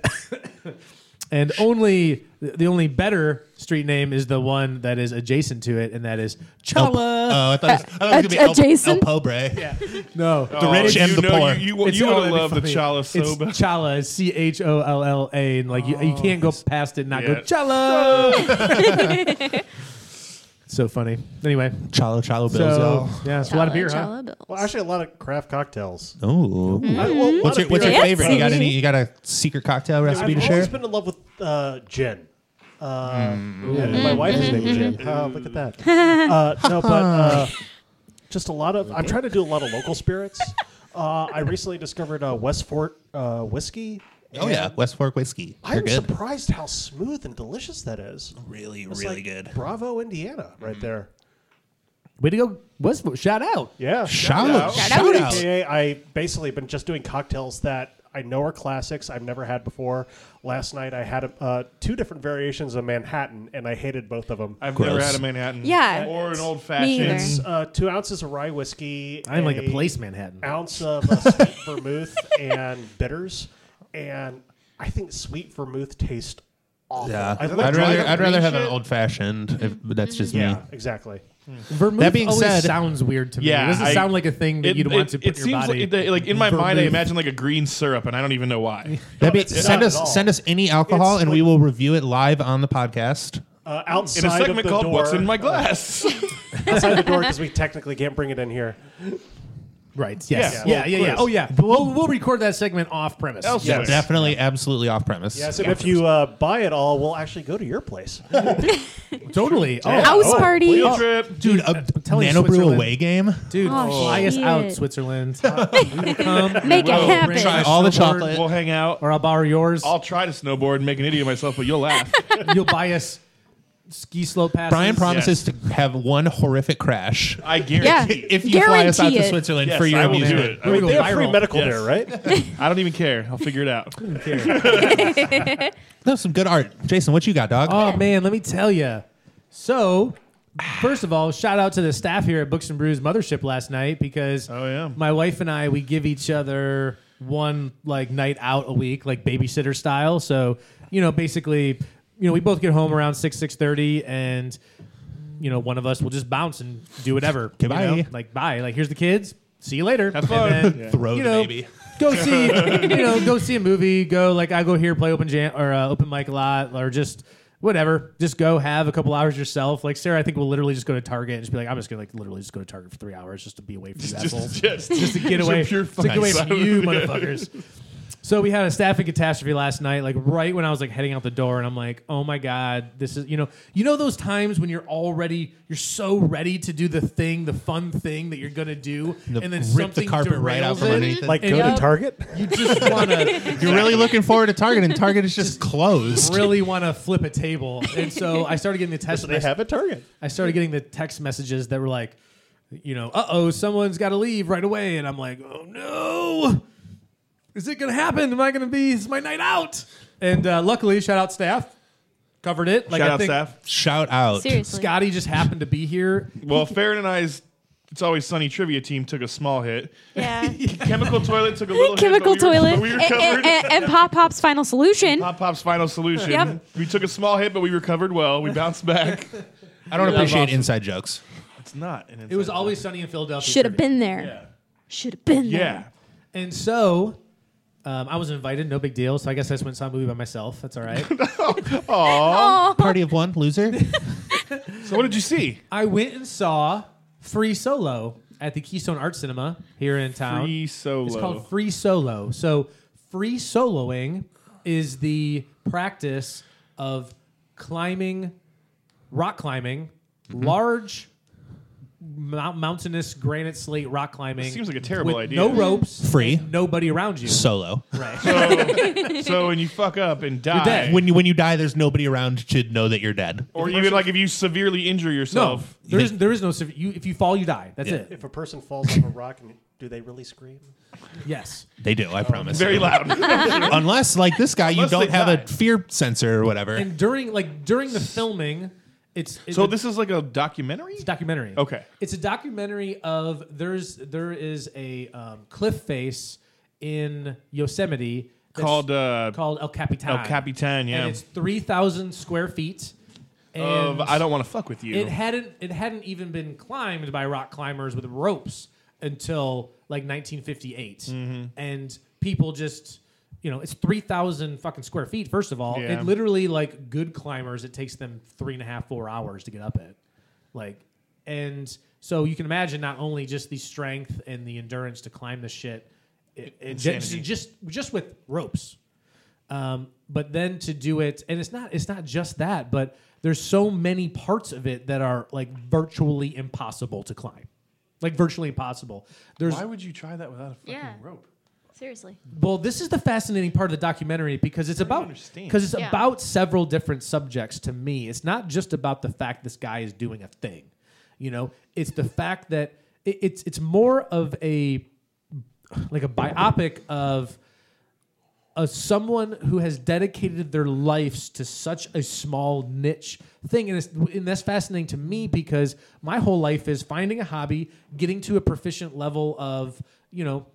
S2: and only the only better street name is the one that is adjacent to it, and that is
S1: Oh,
S2: Chala.
S1: I thought it was, I thought it was gonna be
S4: Uh,
S1: El, El
S4: adjacent?
S1: Pobre.
S2: no.
S3: Oh,
S1: rich
S3: you
S1: and the
S3: know-
S1: poor.
S3: You, you,
S2: It's-
S3: you
S2: oh,
S3: would
S2: that'd be
S3: love the
S2: funny.
S3: chala
S2: It's
S3: so bad. Oh,
S2: Chala, it's C H O L L A, and like you, you can't go past it and not
S3: Yeah.
S2: go Chala. so funny. Anyway,
S1: Chalo Chalo Bills.
S2: so
S1: y'all.
S2: yeah, it's a lot of
S4: Chala,
S2: beer, huh?
S4: chala bills.
S5: Well, actually, a lot of craft cocktails.
S1: Ooh.
S5: Mm-hmm.
S1: What's your What's your
S4: Fancy.
S1: favorite? You got any? You got a secret cocktail recipe
S5: I've
S1: to share?
S5: always been in love with uh, gin. Uh, and My wife is named Jen. Oh, look at that. Uh, no, but uh, just a lot of. I'm trying to do a lot of local spirits. Uh, I recently discovered uh, Westfort uh, whiskey.
S1: Oh yeah, West Fork whiskey. They're
S5: I'm
S1: good.
S5: surprised how smooth and delicious that is.
S1: Really,
S5: It's
S1: really
S5: like
S1: good. Mm-hmm.
S5: Bravo, Indiana, right there.
S2: Way to go, Westbrook! Shout out.
S5: Yeah.
S1: Shout out!
S4: Shout
S1: Shout
S4: out.
S1: out!
S5: AKA, I basically been just doing cocktails that I know are classics I've never had before. Last night I had uh, two different variations of Manhattan, and I hated both of them.
S3: I've never
S1: Gross.
S3: had a Manhattan.
S4: Yeah.
S3: Or an old
S4: Me either.
S3: fashioned.
S5: It's uh, two ounces of rye whiskey.
S2: I'm like a place Manhattan.
S5: Ounce of uh, sweet vermouth and bitters, and I think sweet vermouth tastes awful.
S1: Yeah,
S5: I
S1: I'd
S5: like dry
S1: rather I'd
S5: vermouth.
S1: rather have an old fashioned. If but that's just me.
S5: Yeah, exactly.
S2: Vermouth
S1: That being
S2: always
S1: said-
S2: sounds weird to me.
S3: Yeah,
S2: it doesn't
S3: I-
S2: sound like a thing that
S3: It-
S2: you'd
S3: it-
S2: want to put
S3: it
S2: in your
S3: seems
S2: body.
S3: Like, like in my mind, I
S2: Vermouth.
S3: imagine like a green syrup, and I don't even know why.
S1: That'd be,
S5: not
S1: send us
S5: at all.
S1: send us any alcohol
S5: It's
S1: and
S5: like-
S1: we will review it live on the podcast.
S5: Uh,
S3: In a
S5: outside of
S3: segment
S5: the
S3: called
S5: door,
S3: "What's in My Glass."
S5: outside the door because we technically can't bring it in here.
S2: right? Yes. Yeah.
S5: Yeah.
S2: Yeah. Yeah.
S5: Well,
S2: Oh yeah. We'll, we'll record that segment off premise.
S3: Else-
S1: Yeah,
S3: Yes.
S1: definitely, absolutely off premise.
S5: Yes, and if you uh, buy it all, we'll actually go to your place.
S2: Totally. Oh,
S4: House
S5: Oh,
S4: party.
S5: please.
S3: Trip.
S1: dude, a
S2: telling you,
S1: nano brew
S2: Switzerland.
S1: away game.
S2: dude,
S4: Oh,
S2: fly us
S4: shit.
S2: out, Switzerland. We will come.
S4: Make
S2: We
S4: it
S2: will
S4: happen.
S2: bring
S1: Try
S2: our
S1: all the
S2: snowboard,
S1: chocolate.
S3: We'll hang out.
S2: or I'll borrow yours.
S3: I'll try to snowboard and make an idiot of myself, but you'll laugh.
S2: You'll buy us ski slope passes.
S1: Brian promises to have one horrific crash
S3: I
S4: Yeah.
S3: guarantee.
S1: if you fly us out
S4: Guarantee
S1: to
S4: it.
S1: Switzerland
S3: Yes,
S1: for your
S3: I will do
S1: amusement.
S3: it. I,
S5: I mean,
S3: will-
S5: they have free
S2: viral.
S5: medical
S3: Yes.
S5: there, right?
S3: I don't even care. I'll figure it out.
S1: That was some good art, Jason. What you got, dog?
S2: Oh man, let me tell you. So, first of all, shout out to the staff here at Books and Brews Mothership last night because
S3: Oh, yeah.
S2: my wife and I we give each other one like night out a week, like babysitter style. So, you know, basically, you know, we both get home around six six thirty, and you know, one of us will just bounce and do whatever. you
S1: Goodbye.
S2: know? Like bye. Like here's the kids. See you later.
S3: Have fun.
S2: And then,
S1: Throw
S2: you
S1: the
S2: know,
S1: baby.
S2: go see you know go see a movie go like i go here play open jam or uh, open mic a lot or just whatever just go have a couple hours yourself like sarah i think we'll literally just go to target and just be like i'm just gonna like literally just go to target for three hours just to be away from you assholes
S3: Just, just,
S2: just to get away,
S3: pure
S2: just to get away
S3: fucking
S2: from you,
S3: silence.
S2: motherfuckers. So we had a staffing catastrophe last night, like right when I was like heading out the door, and I'm like, oh my god, this is you know, you know those times when you're already you're so ready to do the thing, the fun thing that you're gonna do,
S1: The-
S2: and then
S1: rip the
S2: something
S1: carpet right out
S2: derails
S1: from
S2: it.
S1: underneath it.
S5: Like,
S2: And
S5: go
S2: you-
S5: to Target.
S2: You just wanna
S1: You're really looking forward to Target, and Target is just closed.
S2: really wanna flip a table, and so I started getting the test.
S5: They have a Target.
S2: I started getting the text messages that were like, you know, uh oh, someone's got to leave right away. And I'm like, oh no, is it going to happen? Am I going to be, is my night out? And uh, luckily, shout out staff covered it. Like,
S3: Shout
S2: I
S3: out
S2: think
S3: staff.
S1: Shout out.
S4: Seriously.
S2: Scotty just happened to be here.
S3: Well, Farron and I's It's Always Sunny trivia team took a small hit.
S4: Yeah.
S3: Chemical Toilet took a little
S4: Chemical
S3: hit. but we were-
S4: toilet. Eh,
S3: but We were
S4: and,
S3: covered.
S4: and- and- and Pop Pop's final solution.
S3: Pop Pop's final solution.
S4: Yep.
S3: We took a small hit, but we recovered well. We bounced back.
S1: I don't
S3: Yeah,
S1: appreciate
S3: that's awesome.
S1: inside jokes.
S3: It's not. An
S2: It was always sunny in Philadelphia.
S4: Should have
S2: trivia.
S4: been there. Should have been there.
S3: Yeah.
S2: And so. Um, I was invited, no big deal. So I guess I just went and saw a movie by myself. That's all right.
S4: Oh,
S1: Party of one loser.
S3: So what did you see?
S2: I went and saw Free Solo at the Keystone Art Cinema here in town.
S3: Free solo.
S2: It's called free solo. So free soloing is the practice of climbing, rock climbing,
S3: Mm-hmm.
S2: large mou- mountainous granite slate rock climbing.
S3: Seems like a terrible
S2: with
S3: idea.
S2: No ropes,
S1: Free.
S2: and nobody around you.
S1: Solo.
S3: so, so when you fuck up and die,
S2: dead.
S1: When you when you die, there's nobody around to know that you're dead.
S3: or even like if you severely injure
S2: no,
S3: yourself,
S2: there is there is no civ- you. If you fall, you die. That's it.
S5: If a person falls off a rock, and do they really scream?
S2: Yes.
S1: They do, I promise.
S3: very loud.
S1: Unless like this guy, you
S3: Unless
S1: don't
S3: they
S1: have
S3: die.
S1: a fear sensor or whatever.
S2: And during like during the filming, it's it-
S3: so this is like a documentary.
S2: It's a documentary.
S3: Okay.
S2: It's a documentary of there's there is a um, cliff face in Yosemite that's
S3: called uh,
S2: called El Capitan.
S3: El Capitan. Yeah.
S2: And it's three thousand square feet. And
S3: of I don't want to fuck with you.
S2: It hadn't it hadn't even been climbed by rock climbers with ropes until like 1958,
S3: Mm-hmm.
S2: and people just. You know, it's three thousand fucking square feet. First of all,
S3: Yeah.
S2: it literally like good climbers, it takes them three and a half, four hours to get up it. Like, and so you can imagine not only just the strength and the endurance to climb this shit, it, it just,
S3: Insanity.
S2: just just with ropes. Um, but then to do it, and it's not it's not just that, but there's so many parts of it that are like virtually impossible to climb, like virtually impossible. There's
S3: Why would you try that without a fucking
S4: Yeah.
S3: rope?
S4: Seriously.
S2: well, this is the fascinating part of the documentary because it's about
S3: understand.
S2: because it's
S4: Yeah.
S2: about several different subjects to me. It's not just about the fact this guy is doing a thing, you know. It's the fact that it, it's it's more of a like a biopic of a someone who has dedicated their lives to such a small niche thing and, it's, and that's fascinating to me because my whole life is finding a hobby getting to a proficient level of you know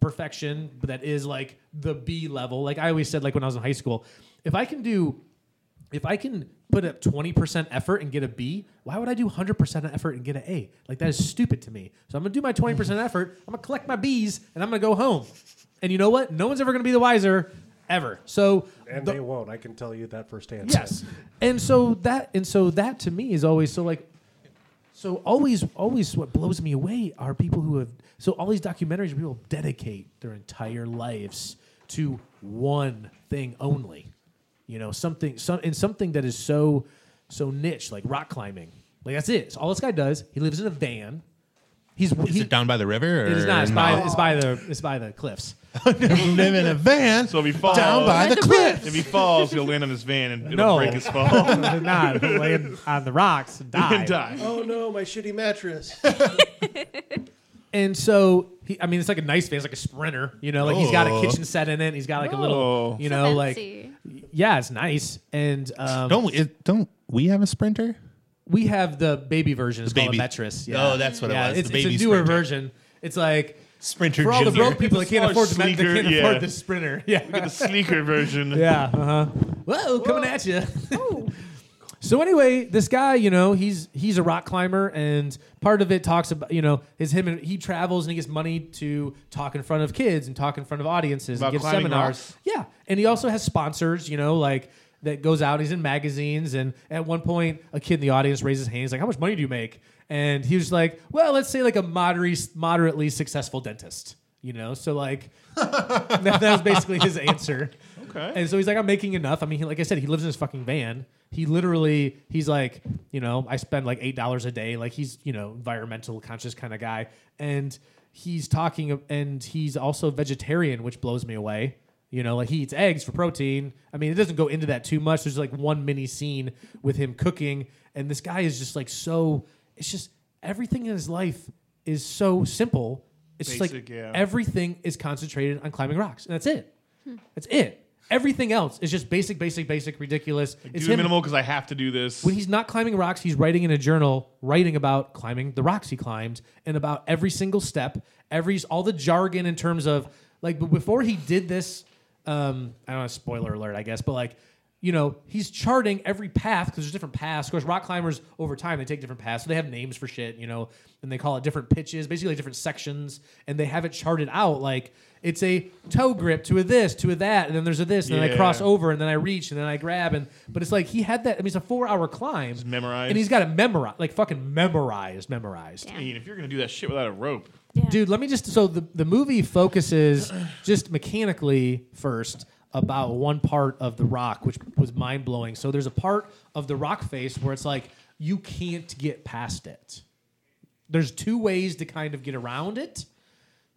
S2: perfection but that is like the B level. Like I always said, like when I was in high school, if I can do, if I can put up twenty percent effort and get a B, why would I do hundred percent effort and get an A? Like that is stupid to me. So I'm gonna do my twenty percent effort. I'm gonna collect my Bs and I'm gonna go home. And you know what? No one's ever gonna be the wiser ever. So
S5: and
S2: the-
S5: they won't. I can tell you that firsthand.
S2: Yes. And so that and so that to me is always so like so always always what blows me away are people who have so all these documentaries people dedicate their entire lives to one thing only. You know, something some and something that is so so niche like rock climbing. Like that's it. So all this guy does, he lives in a van. He's
S1: Is it down by the river? Or
S2: it is not. It's
S1: in
S2: by, it's by the it's by the cliffs.
S1: live in a van
S3: So if he falls,
S1: down by the cliff.
S3: if he falls, he'll land on his van and it'll
S2: No.
S3: break his fall
S2: not laying on the rocks and die.
S3: and die.
S5: Oh no, my shitty mattress.
S2: And so he, I mean, it's like a nice van, it's like a sprinter, you know, like he's got a
S1: Oh.
S2: kitchen set in it. He's got like a
S3: Oh.
S2: little, you know, like
S4: Fancy.
S2: yeah, it's nice. And um,
S1: Don't it, don't we have a sprinter?
S2: we have the baby version. It's
S1: The
S2: called a
S1: baby-
S2: Metris. Yeah.
S1: Oh, that's what it
S2: yeah,
S1: was,
S2: It's,
S1: the
S2: it's
S1: baby
S2: a newer
S1: Sprinter.
S2: version. It's like
S1: Sprinter
S2: for all the
S1: Junior.
S2: broke people that can't afford the, that
S3: Smaller,
S2: can't
S3: sleeker, yeah.
S2: afford the sprinter. Yeah.
S3: The sneaker version.
S2: Yeah. Uh huh. Whoa, coming at you. so anyway, this guy, you know, he's he's a rock climber, and part of it talks about, you know, is him and he travels and he gets money to talk in front of kids and talk in front of audiences
S3: About
S2: and give
S3: climbing
S2: seminars. Yeah, and he also has sponsors, you know, like. That goes out. He's in magazines, and at one point, a kid in the audience raises his hand. He's like, "How much money do you make?" And he was like, "Well, let's say like a moderately moderately successful dentist, you know." So like, that, that was basically his answer.
S3: Okay.
S2: And so he's like, I'm making enough. I mean, he, like I said, he lives in his fucking van. He literally, he's like, you know, I spend like eight dollars a day. Like he's, you know, environmental conscious kind of guy. And he's talking, and he's also vegetarian, which blows me away. You know, like he eats eggs for protein. I mean, it doesn't go into that too much. There's like one mini scene with him cooking, and this guy is just like so. It's just everything in his life is so simple. It's just like
S3: Basic, yeah.
S2: everything is concentrated on climbing rocks, and that's it. That's it. Everything else is just basic, basic, basic, ridiculous. it's
S3: do the
S2: him.
S3: minimal because I have to do this.
S2: When he's not climbing rocks, he's writing in a journal, writing about climbing the rocks he climbed and about every single step, every all the jargon in terms of like. But before he did this, um, I don't know. Spoiler alert, I guess, but like. You know, he's charting every path because there's different paths. Of course, rock climbers over time they take different paths, so they have names for shit. You know, and they call it different pitches, basically different sections, and they have it charted out. Like it's a toe grip to a this to a that, and then there's a this, and then I
S3: Yeah.
S2: cross over over and then I reach and then I grab and but it's like he had that I mean it's a four hour climb.
S3: memorized.
S2: And he's got it memorized like fucking memorized, memorized.
S3: I mean, if you're gonna do that shit without a rope,
S4: Yeah.
S2: Dude, let me just so the, the movie focuses just mechanically first about one part of the rock, which was mind blowing. So there's a part of the rock face where it's like you can't get past it. There's two ways to kind of get around it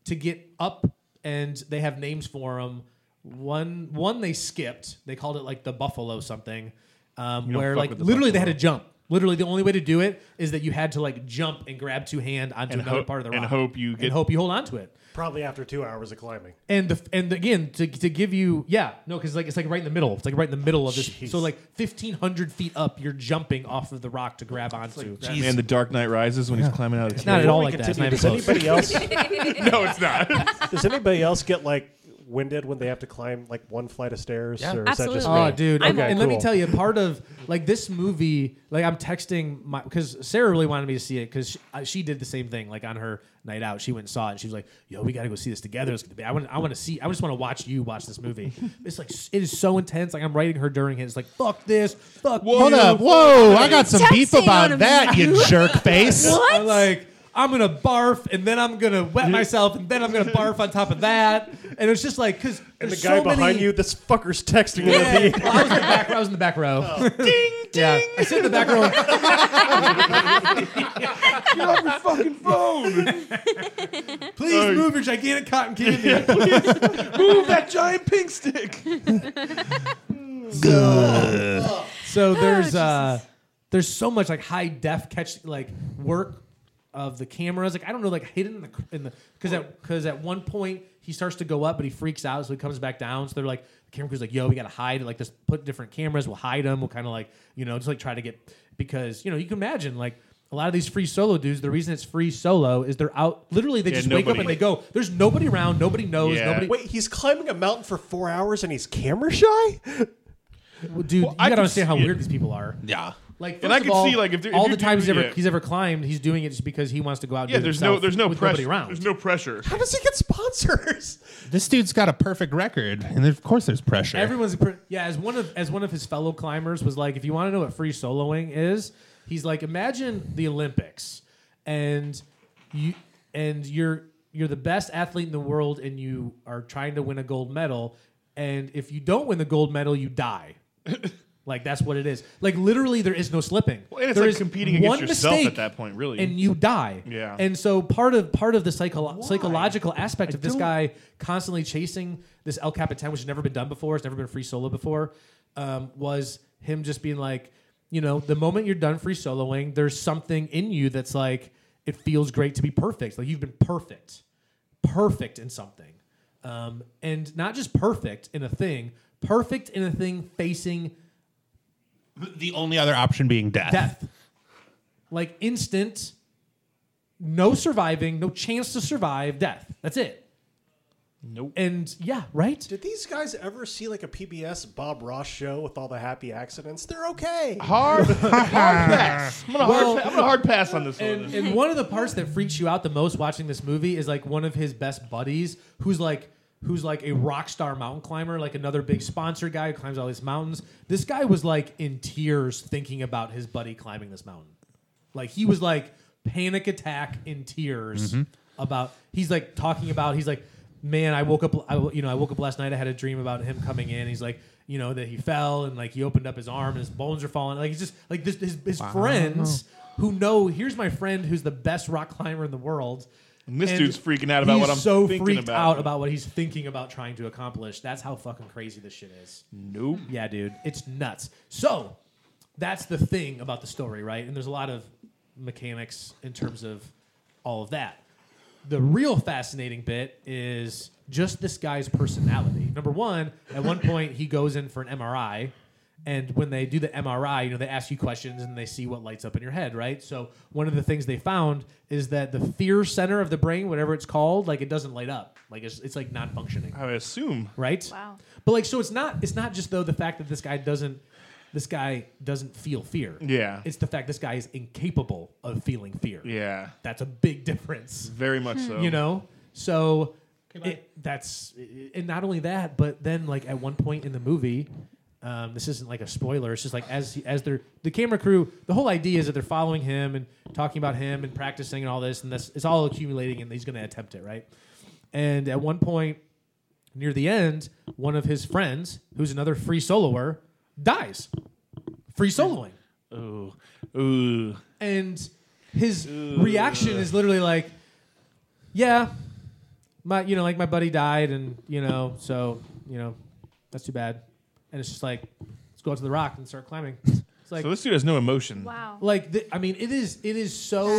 S2: to get up and they have names for them one one they skipped they called it like the buffalo something um,
S3: don't
S2: where
S3: fuck
S2: like
S3: with the
S2: literally they had
S3: buffalo.
S2: to jump literally the only way to do it is that you had to like jump and grab two hand onto
S3: And
S2: another
S3: hope-
S2: part of the rock
S3: and hope you get-
S2: and hope you hold on to it
S5: Probably after two hours of climbing.
S2: and the and again to, to give you yeah no because like it's like right in the middle it's like right in the middle of this
S5: Jeez.
S2: so like 1500 feet up you're jumping off of the rock to grab onto
S3: that man, the Dark Knight Rises when he's climbing out of the
S2: not at
S5: Before
S2: all
S5: we
S2: like that it's
S5: continue,
S2: not even
S5: does
S2: close.
S5: anybody else?
S3: No, it's not.
S5: does anybody else get like winded when they have to climb like one flight of stairs? Yeah, or Is that just
S4: Absolutely.
S5: me?
S2: Oh, dude.
S4: I'm
S2: and,
S5: Ah, okay,
S2: and let me
S5: cool.
S2: tell you, part of like this movie, like I'm texting my because Sarah really wanted me to see it because she, uh, she did the same thing. Like on her night out, she went and saw it. And she was like, "Yo, we got to go see this together. It's gonna be. I want. I want to see. I just want to watch you watch this movie. it's like s- it is so intense. Like I'm writing her during it. It's like fuck this. Fuck.
S1: Hold
S2: you,
S1: up. Whoa, I got some
S4: Texting
S1: beef
S4: on
S1: about
S4: him.
S1: that, you jerk face.
S4: What?
S2: I'm like, I'm gonna barf, and then I'm gonna wet myself, and then I'm gonna barf on top of that, and it's just like, cause
S5: And the
S2: there's
S5: guy
S2: so
S5: behind
S2: many,
S5: you, this fucker's texting
S2: Yeah.
S5: with me.
S2: Well, I was in the back. I was in the back row. Oh. Ding ding. Yeah, I sit in the back row.
S7: Get off your fucking phone.
S2: Please move your gigantic cotton candy.
S7: Move that giant pink stick.
S2: So there's uh, there's so much like high def catch like work of the cameras. Like I don't know, like hidden in the in the because at because at one point he starts to go up, but he freaks out, so he comes back down. So they're like the camera crew's like, "Yo, we gotta hide. Like just put different cameras. We'll hide them. We'll kind of like you know just like try to get because you know you can imagine like a lot of these free solo dudes, the reason it's free solo is they're out. Literally, they
S3: Yeah,
S2: just wake up
S3: nobody-
S2: and they go. There's nobody around. Nobody knows.
S3: Yeah.
S2: Nobody.
S5: Wait, he's climbing a mountain for four hours and he's camera shy?
S2: Well, dude,
S3: Well,
S2: you
S3: I
S2: gotta
S3: can
S2: understand how
S3: see it.
S2: weird these people are.
S1: Yeah.
S2: Like,
S3: And
S2: first
S3: I
S2: of
S3: can
S2: all,
S3: see, like, if there- if
S2: all
S3: you're
S2: the times
S3: doing
S2: he's ever
S3: it-
S2: he's ever climbed, he's doing it just because he wants to go out. And
S3: Yeah,
S2: do it
S3: there's no,
S2: himself
S3: there's no
S2: with
S3: pressure.
S2: Nobody around.
S3: There's no pressure.
S5: How does he get sponsors?
S1: This dude's got a perfect record, and of course there's pressure.
S2: Everyone's pr yeah. As one of as one of his fellow climbers was like, if you want to know what free soloing is, he's like, imagine the Olympics, and you and you're you're the best athlete in the world, and you are trying to win a gold medal, and if you don't win the gold medal, you die. like that's what it is. Like literally, there is no slipping.
S3: Well, and it's
S2: There
S3: like
S2: is
S3: competing against
S2: one
S3: yourself at
S2: mistake,
S3: that point, really.
S2: and you die.
S3: Yeah.
S2: And so part of part of the psycholo- psychological aspect of this guy constantly chasing this El Capitan, which has never been done before, it's never been free solo before, um, was him just being like, you know, the moment you're done free soloing, there's something in you that's like, it feels great to be perfect. Like you've been perfect, perfect in something, um, and not just perfect in a thing, perfect in a thing facing
S1: the only other option being death.
S2: death. Like instant, no surviving, no chance to survive, death. That's it.
S3: Nope.
S2: And yeah, right?
S5: Did these guys ever see like a PBS Bob Ross show with all the happy accidents? They're okay.
S3: Hard, hard pass. I'm gonna,
S2: Well-
S3: hard, pa- I'm gonna hard pass on this one.
S2: And, and one of the parts that freaks you out the most watching this movie is like one of his best buddies who's like who's like a rock star mountain climber, like another big sponsor guy who climbs all these mountains. This guy was like in tears thinking about his buddy climbing this mountain. Like he was like panic attack in tears about he's like talking about he's like man I woke up I, w- you know I woke up last night I had a dream about him coming in he's like you know that he fell and like he opened up his arm and his bones are falling like he's just like this his, his friends who know here's my friend who's the best rock climber in the world
S3: And this dude's freaking out about
S2: he's
S3: what I'm
S2: so
S3: thinking
S2: freaked
S3: about.
S2: out about what he's thinking about trying to accomplish that's how fucking crazy this shit is
S3: nope.
S2: yeah, dude, it's nuts. So that's the thing about the story, right? And there's a lot of mechanics in terms of all of that. The real fascinating bit is just this guy's personality. Number one, at one point he goes in for an MRI, and when they do the MRI, you know, they ask you questions and they see what lights up in your head, right? So one of the things they found is that the fear center of the brain, whatever it's called, like it doesn't light up. Like it's, it's like non functioning
S3: I would assume.
S2: right?
S4: Wow.
S2: But like, so it's not it's not just though the fact that this guy doesn't this guy doesn't feel fear.
S3: Yeah.
S2: it's the fact this guy is incapable of feeling fear.
S3: Yeah.
S2: that's a big difference.
S3: Very much so.
S2: Hmm. You know, so it, that's and not only that, but then like at one point in the movie. Um, this isn't like a spoiler. It's just like as he- as they're the camera crew. The whole idea is that they're following him and talking about him and practicing and all this, and this it's all accumulating, and he's going to attempt it, right? And at one point, near the end, one of his friends, who's another free soloer, dies. Free soloing.
S3: Ooh. Ooh.
S2: And his reaction is literally like, yeah, my, you know, like my buddy died and, you know, so, you know, that's too bad. And it's just like, let's go out to the rock and start climbing. It's like,
S3: So this dude has no emotion.
S4: Wow.
S2: like the, I mean, it is it is so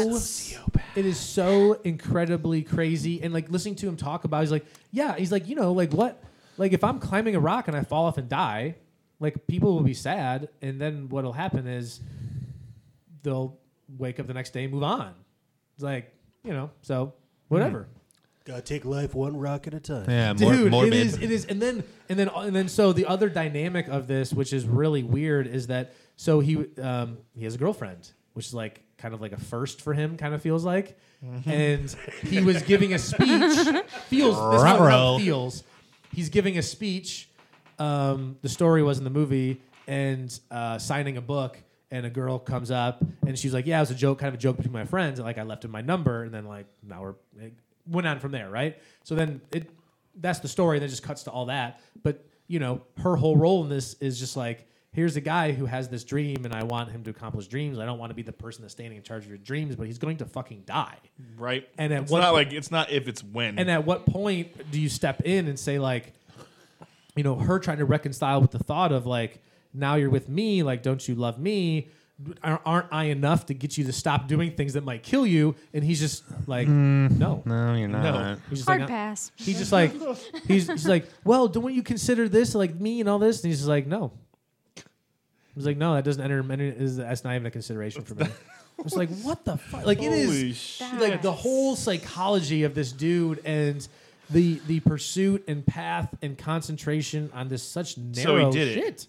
S2: it is so incredibly crazy. And like listening to him talk about, it, he's like, yeah, he's like, you know, like what, like if I'm climbing a rock and I fall off and die, like people will be sad, and then what'll happen is they'll wake up the next day and move on. It's like you know, so whatever.
S5: Gotta take life one rock at a time.
S1: Yeah, more,
S2: Dude,
S1: morbid.
S2: it is. It is, and then and then and then. So the other dynamic of this, which is really weird, is that so he um, he has a girlfriend, which is like kind of like a first for him, kind of feels like, and he was giving a speech. feels this is how it
S1: Ruh-roh.
S2: feels. He's giving a speech. Um, the story was in the movie, and uh, signing a book. And a girl comes up and she's like, "Yeah, it was a joke, kind of a joke between my friends. And like, I left him my number, and then like, now we're it went on from there, right? So then it that's the story that just cuts to all that but you know her whole role in this is just like here's a guy who has this dream and i want him to accomplish dreams i don't want to be the person that's standing in charge of your dreams but he's going to fucking die
S3: Right.
S2: And at
S3: it's
S2: what-
S3: not like it's not if it's when.
S2: and at what point do you step in and say like you know her trying to reconcile with the thought of like now you're with me like don't you love me Ar- aren't i enough to get you to stop doing things that might kill you and he's just like no
S1: Mm. no, you're not.
S2: no he's just
S4: Hard
S2: like,
S4: pass.
S2: He's just like, he's, he's like, well, don't you consider this like me and all this? And he's just like, no, was like, no, that doesn't enter. enter is that's not even a consideration for me. I was like, what the fuck? Like it is
S3: Holy sh-
S2: like the whole psychology of this dude and the the pursuit and path and concentration on this such narrow
S3: did it.
S2: shit.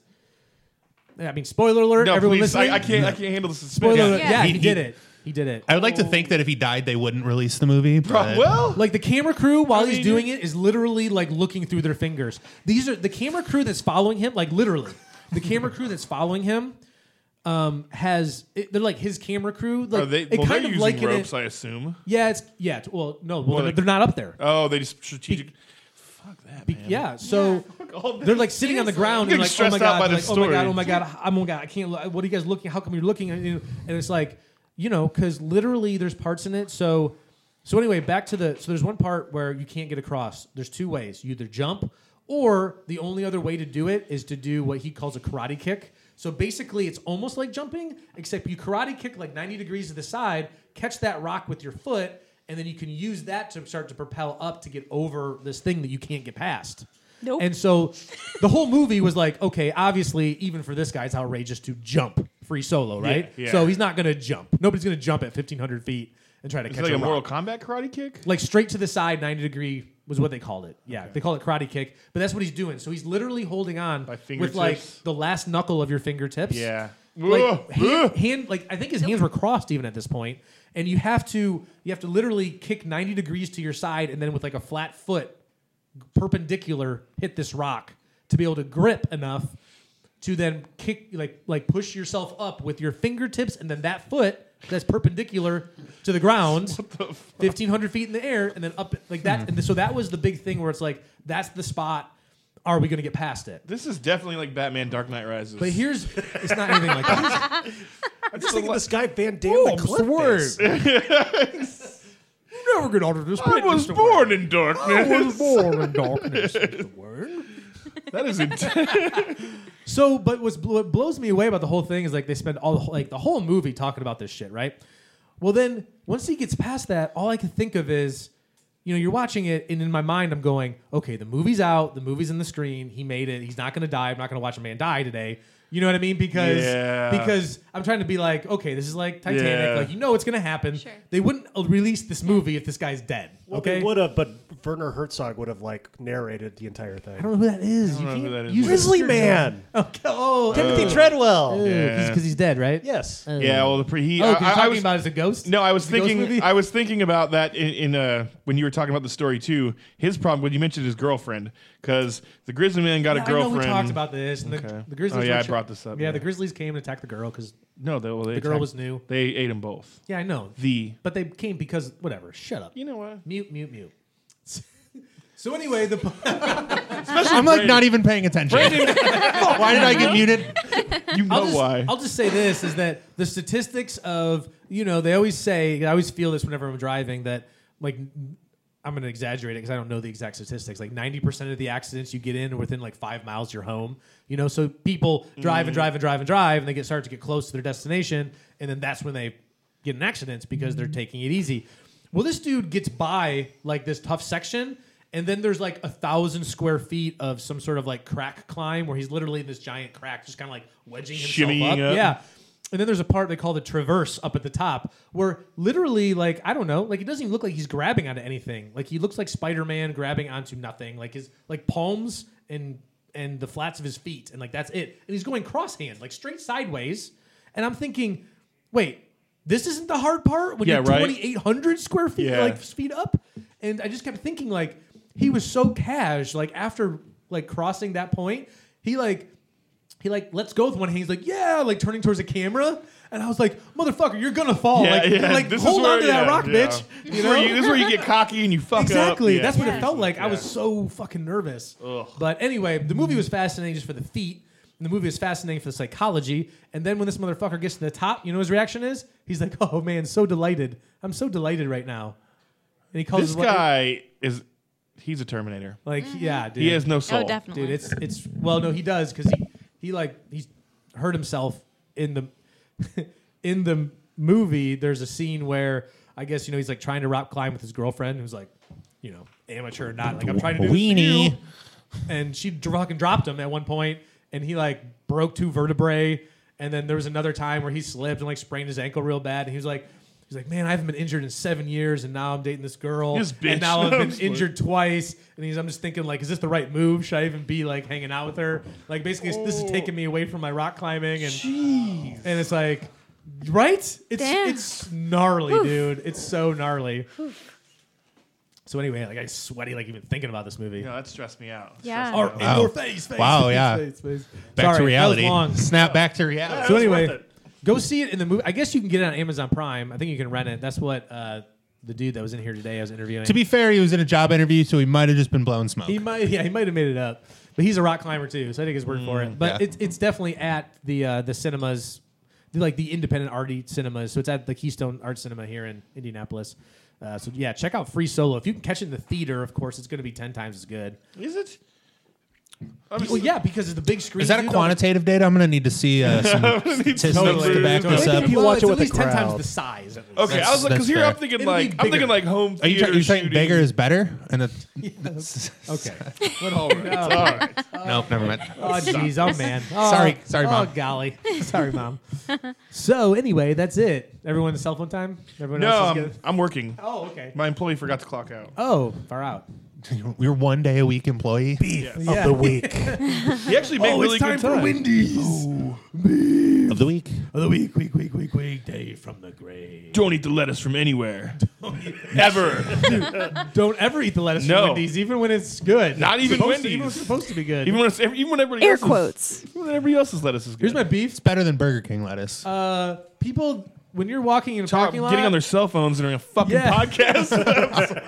S2: Yeah, I mean, spoiler alert!
S3: No,
S2: everyone
S3: please.
S2: listening,
S3: I, I can't. I can't handle the
S2: Spoiler
S3: suspense.
S2: alert!
S4: Yeah.
S2: Yeah, he,
S1: He-
S2: did
S1: he-
S2: it. He did it.
S1: I would like to think that if he died, they wouldn't release the movie. but-
S3: Well,
S2: Like the camera crew while
S3: I
S2: he's
S3: mean-
S2: doing it is literally like looking through their fingers. These are the camera crew that's following him. Like literally, the camera crew that's following him um, has it, they're like his camera crew. Like
S3: are they?
S2: it
S3: Well, they're
S2: kind of
S3: using
S2: like
S3: ropes, I assume.
S2: Yeah, it's yeah. t- Well, no, well,
S3: Well,
S2: they're,
S3: they-
S2: they're not up there.
S3: Oh, they just strategic. Fuck that.
S2: Be-
S3: man.
S2: yeah, so
S3: All
S2: they're like sitting on the
S4: Seriously.
S2: ground
S3: I'm
S2: and like,
S3: getting
S2: oh my
S3: stressed out
S2: god,
S3: by
S2: they're like,
S3: this
S2: oh my god,
S3: story.
S2: oh my god, oh my god, I can't. Look, what are you guys looking? How come you're looking? And, you know, and it's like, you know, because literally there's parts in it. So, so anyway, back to the. So there's one part where you can't get across. There's two ways. You either jump, or the only other way to do it is to do what he calls a karate kick. So basically, it's almost like jumping, except you karate kick like 90 degrees to the side, catch that rock with your foot, and then you can use that to start to propel up to get over this thing that you can't get past.
S4: Nope.
S2: And so the whole movie was like, okay, obviously, even for this guy, it's outrageous to jump free solo, right?
S3: Yeah.
S2: So he's not going to jump. Nobody's going to jump at 1,500 feet and try to
S3: It's
S2: catch
S3: like
S2: a,
S3: a
S2: rock.
S3: Mortal Kombat karate kick.
S2: Like straight to the side, 90 degree was what they called it. Yeah, they call it karate kick, but that's what he's doing. So he's literally holding on
S3: By
S2: with like
S3: fingertips.
S2: the last knuckle of your fingertips.
S3: Yeah.
S2: Like
S3: Ugh.
S2: hand,
S3: Ugh.
S2: hand, like I think his hands were crossed even at this point, and you have to you have to literally kick ninety degrees to your side, and then with like a flat foot, perpendicular, hit this rock to be able to grip enough to then kick like like push yourself up with your fingertips, and then that foot that's perpendicular to the ground, fifteen hundred feet in the air, and then up like that.
S3: Hmm.
S2: And so that was the big thing where it's like that's the spot. Are we going to get past it?
S3: This is definitely like Batman: Dark Knight Rises.
S2: But here's it's not anything like that.
S5: I'm just thinking this guy Van Damme
S2: Ooh,
S5: the clip face.
S2: never get out of this.
S3: I was born in darkness.
S2: born in darkness.
S3: that is intense.
S2: So, but what's, what blows me away about the whole thing is like they spend all the whole- like the whole movie talking about this shit, right? Well, then once he gets past that, all I can think of is, you know, you're watching it, and in my mind, I'm going, okay, the movie's out, the movie's in the screen, he made it, he's not gonna die, I'm not gonna watch a man die today. You know what I mean? Because
S3: Yeah.
S2: because I'm trying to be like, okay, this is like Titanic,
S3: Yeah.
S2: like you know it's gonna happen.
S4: Sure.
S2: They wouldn't uh, release this movie if this guy's dead.
S5: Well,
S2: okay,
S5: they would have, but Werner Herzog would have like narrated the entire
S2: I
S5: thing.
S2: don't know who that is.
S3: I don't
S2: You
S3: know who
S2: can't
S3: that is. Uh,
S2: use this
S5: Grizzly
S2: weird-
S5: Man,
S2: Okay. Oh,
S5: Timothy Treadwell.
S3: Yeah.
S2: because he's dead, right?
S5: Yes,
S3: Yeah, well, the pre he.
S2: Oh,
S3: I,
S2: 'cause you're
S3: I- I
S2: talking
S3: was,
S2: about it as a ghost.
S3: No, I was
S2: The ghost
S3: thinking.
S2: movie?
S3: I was thinking about that in, in uh, when you were talking about the story too. His problem when you mentioned his girlfriend, because the Grizzly Man got
S2: Yeah,
S3: a
S2: I know
S3: girlfriend.
S2: we talked about this, and the,
S3: Okay.
S2: the Grizzlies.
S3: Oh, yeah,
S2: were
S3: I
S2: ch-
S3: brought this up,
S2: Yeah,
S3: yeah.
S2: the Grizzlies came and attacked the girl because
S3: no, they, well, they
S2: the girl
S3: attacked-
S2: was new.
S3: They ate them both.
S2: Yeah, I know.
S3: The
S2: but they came because whatever. Shut up.
S3: you know what?
S2: Mute, mute, mute. so anyway, the
S1: I'm like not even paying attention. Why did I get muted?
S3: You know
S2: I'll just,
S3: why?
S2: I'll just say this is that the statistics of you know they always say I always feel this whenever I'm driving that like I'm gonna exaggerate it because I don't know the exact statistics like 90 percent of the accidents you get in are within like five miles of your home you know so people drive
S3: Mm.
S2: and drive and drive and drive and they get start to get close to their destination and then that's when they get in accidents because
S3: Mm.
S2: they're taking it easy. Well, this dude gets by like this tough section, and then there's like a thousand square feet of some sort of like crack climb where he's literally in this giant crack, just kind of like wedging himself
S3: Shimmying
S2: up.
S3: up.
S2: Yeah. And then there's a part they call the traverse up at the top, where literally, like, I don't know, like it doesn't even look like he's grabbing onto anything. Like he looks like Spider-Man grabbing onto nothing. Like his like palms and and the flats of his feet, and like that's it. And he's going cross-hand, like straight sideways. And I'm thinking, wait, this isn't the hard part when
S3: Yeah,
S2: you're
S3: right.
S2: 2,800 square feet,
S3: Yeah.
S2: like speed up. And I just kept thinking, like, he was so cash, like after like crossing that point, he like he like lets go with one hand. He's like, yeah, like turning towards the camera. And I was like, motherfucker, you're gonna fall.
S3: yeah,
S2: like,
S3: yeah.
S2: like
S3: this
S2: hold
S3: is where,
S2: on to that
S3: yeah,
S2: rock,
S3: yeah.
S2: bitch.
S3: This, is where you, this is where you get cocky and you fuck up.
S2: Exactly.
S3: Yeah.
S2: That's what
S4: Yeah.
S2: it felt like. I
S3: Yeah.
S2: was so fucking nervous. But anyway, the movie was fascinating just for the feet. And the movie was fascinating for the psychology. And then when this motherfucker gets to the top, you know what his reaction is? He's like, oh man, so delighted. I'm so delighted right now. And he calls
S3: This
S2: his wife-
S3: guy is. He's a Terminator.
S2: like, yeah, dude.
S3: He has no soul.
S4: Oh, definitely.
S2: Dude, it's it's well, no, he does because he he like he's hurt himself in the in the movie. There's a scene where I guess you know he's like trying to rock climb with his girlfriend, who's like, you know, amateur, not like I'm trying to do this for
S1: Weenie.
S2: you. and she dr- fucking dropped him at one point, and he like broke two vertebrae. And then there was another time where he slipped and like sprained his ankle real bad. And he was like, he's like, man, I haven't been injured in seven years, and now I'm dating this girl.
S3: This bitch.
S2: And now I've
S3: I'm
S2: been
S3: just
S2: injured twice. And he's, I'm just thinking like, is this the right move? Should I even be like hanging out with her? Like basically, it's- this is taking me away from my rock climbing. And and it's like, right? It's
S4: Damn.
S2: it's gnarly, dude. It's so gnarly. So anyway, like I get sweaty, like even thinking about this movie.
S3: You know, that stressed me out.
S4: Yeah.
S2: Or in
S1: Wow.
S2: your face, face.
S1: Wow,
S2: face,
S1: yeah.
S2: face, face.
S1: Back
S2: Sorry, that
S1: to
S2: was
S1: reality.
S2: long.
S1: Snap back to reality.
S2: So
S3: That's worth
S2: anyway,
S3: it.
S2: go see it in the movie. I guess you can get it on Amazon Prime. I think you can rent it. That's what uh, the dude that was in here today I was interviewing.
S1: To be fair, he was in a job interview, so he might have just been blowing smoke.
S2: he might, yeah, he might have made it up, but he's a rock climber too, so I take his word for it. But
S1: Mm, yeah.
S2: it's it's definitely at the uh, the cinemas, the, like the independent arty cinemas. So it's at the Keystone Art Cinema here in Indianapolis. Uh, so yeah, check out Free Solo. If you can catch it in the theater, of course, it's going to be ten times as good.
S3: Is it? I'm just-
S2: Well, yeah, because of the big screen.
S1: Is that a
S2: dude,
S1: quantitative data? I'm going to need to see uh, some statistics to back
S2: the-
S1: this up.
S5: If you
S2: Well, it's
S5: watch
S2: uh, at
S5: it with a
S2: least ten times
S5: crowd.
S2: the size. At least.
S3: Okay, I was like,
S1: That's-
S3: because here
S1: that's
S3: I'm
S1: fair.
S3: thinking
S2: It'll be
S3: like I'm
S2: bigger.
S3: thinking like home
S1: Are you
S3: theater.
S1: try- you're saying
S3: shooting.
S1: bigger is better? And it,
S2: Okay.
S3: All right, all right.
S1: nope, never mind.
S2: Oh, jeez. Oh, man. Oh,
S1: Sorry. Sorry,
S2: oh,
S1: Mom.
S2: golly. Sorry, Mom. so, anyway, that's it. Everyone's cell phone time? Everyone
S3: No,
S2: else is
S3: I'm,
S2: good?
S3: I'm working.
S2: Oh, okay.
S3: My employee forgot to clock out.
S2: Oh, far out.
S1: You're one day a week employee.
S5: of the week.
S3: He actually made really good time.
S1: of the week.
S2: Oh, the week, week, week, week, week, day from the grave.
S3: Don't eat the lettuce from anywhere, ever.
S2: Don't ever eat the lettuce
S3: No.
S2: from Wendy's, even when it's good.
S3: Not even
S2: supposed To,
S3: Wendy's.
S2: even when it's supposed to be good.
S3: even when it's, even when everybody
S4: Air
S3: else's,
S4: quotes.
S3: even when everybody else's lettuce is good.
S2: Here's my beef.
S1: It's better than Burger King lettuce.
S2: Uh, people, when you're walking in a
S3: Talk-
S2: parking lot,
S3: getting on their cell phones during a fucking
S2: Yeah.
S3: podcast.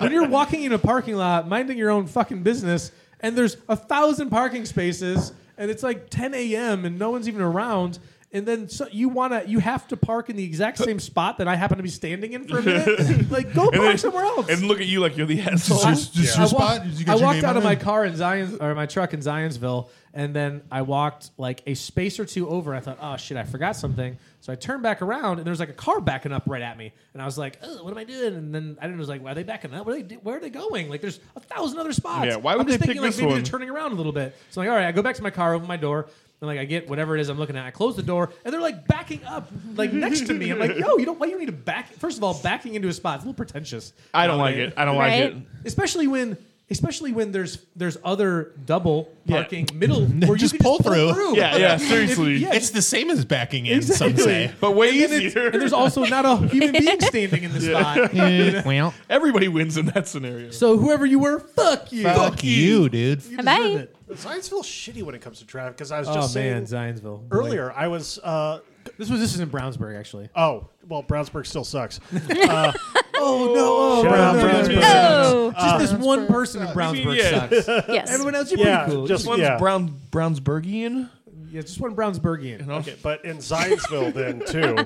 S2: when you're walking in a parking lot, minding your own fucking business, and there's a thousand parking spaces, and it's like 10 a.m. and no one's even around, and then so you wanna, you have to park in the exact same spot that I happen to be standing in for a minute. like, go park
S3: And then-
S2: somewhere else.
S3: and look at you like you're the asshole.
S2: I-
S1: Just- just
S2: I
S1: your
S2: walked-
S1: spot? You
S2: I
S1: got your
S2: walked
S1: name
S2: out
S1: on
S2: of my
S1: it?
S2: car in Zions or my truck in Zionsville, and then I walked like a space or two over. I thought, oh shit, I forgot something. So I turned back around, and there's like a car backing up right at me, and I was like, oh, what am I doing? And then I didn't was like, why are they backing up? What are they do- where are they going? Like, there's a thousand other spots.
S3: Yeah, why would
S2: I'm just
S3: they
S2: thinking
S3: pick
S2: like
S3: this
S2: maybe
S3: one?
S2: they're turning around a little bit. So I'm like, all right, I go back to my car, open my door. And like I get whatever it is I'm looking at, I close the door, and they're like backing up, like next to me. I'm like, yo, you don't. Why you need to back? First of all, backing into a spot is a little pretentious.
S3: I don't like
S2: nowadays
S3: it. I don't like
S4: Right?
S3: it.
S2: especially when especially when there's there's other double
S3: Yeah.
S2: parking middle where
S1: Just
S2: you can
S1: pull
S2: just
S1: through.
S2: pull through.
S3: Yeah, yeah, seriously.
S2: yeah,
S1: it's the same as backing in, some
S2: Exactly.
S1: say.
S3: But way
S2: and, then it's-
S3: easier.
S2: and there's also not a human being standing in the spot.
S1: well,
S3: Everybody wins in that scenario.
S2: So whoever you were, fuck you.
S1: fuck you, dude.
S2: You
S4: Bye.
S2: deserve it.
S5: Zionsville's shitty when it comes to traffic because I was
S2: Oh
S5: just
S2: man,
S5: saying
S2: Zionsville.
S5: earlier I was. Uh,
S2: Like, this was this is in Brownsburg actually.
S5: oh well, Brownsburg still sucks.
S2: Oh,
S5: Shout out Brownsburg.
S4: Oh,
S2: Just this one person in
S3: Uh, mean,
S2: Brownsburg
S3: yeah.
S2: sucks.
S4: yes.
S2: Everyone else, you're
S5: Yeah,
S2: pretty cool.
S5: just-
S3: This one's
S5: Yeah.
S3: Brown Brownsburgian.
S2: yeah, just one Brownsburgian.
S5: Okay, but in Zionsville then too,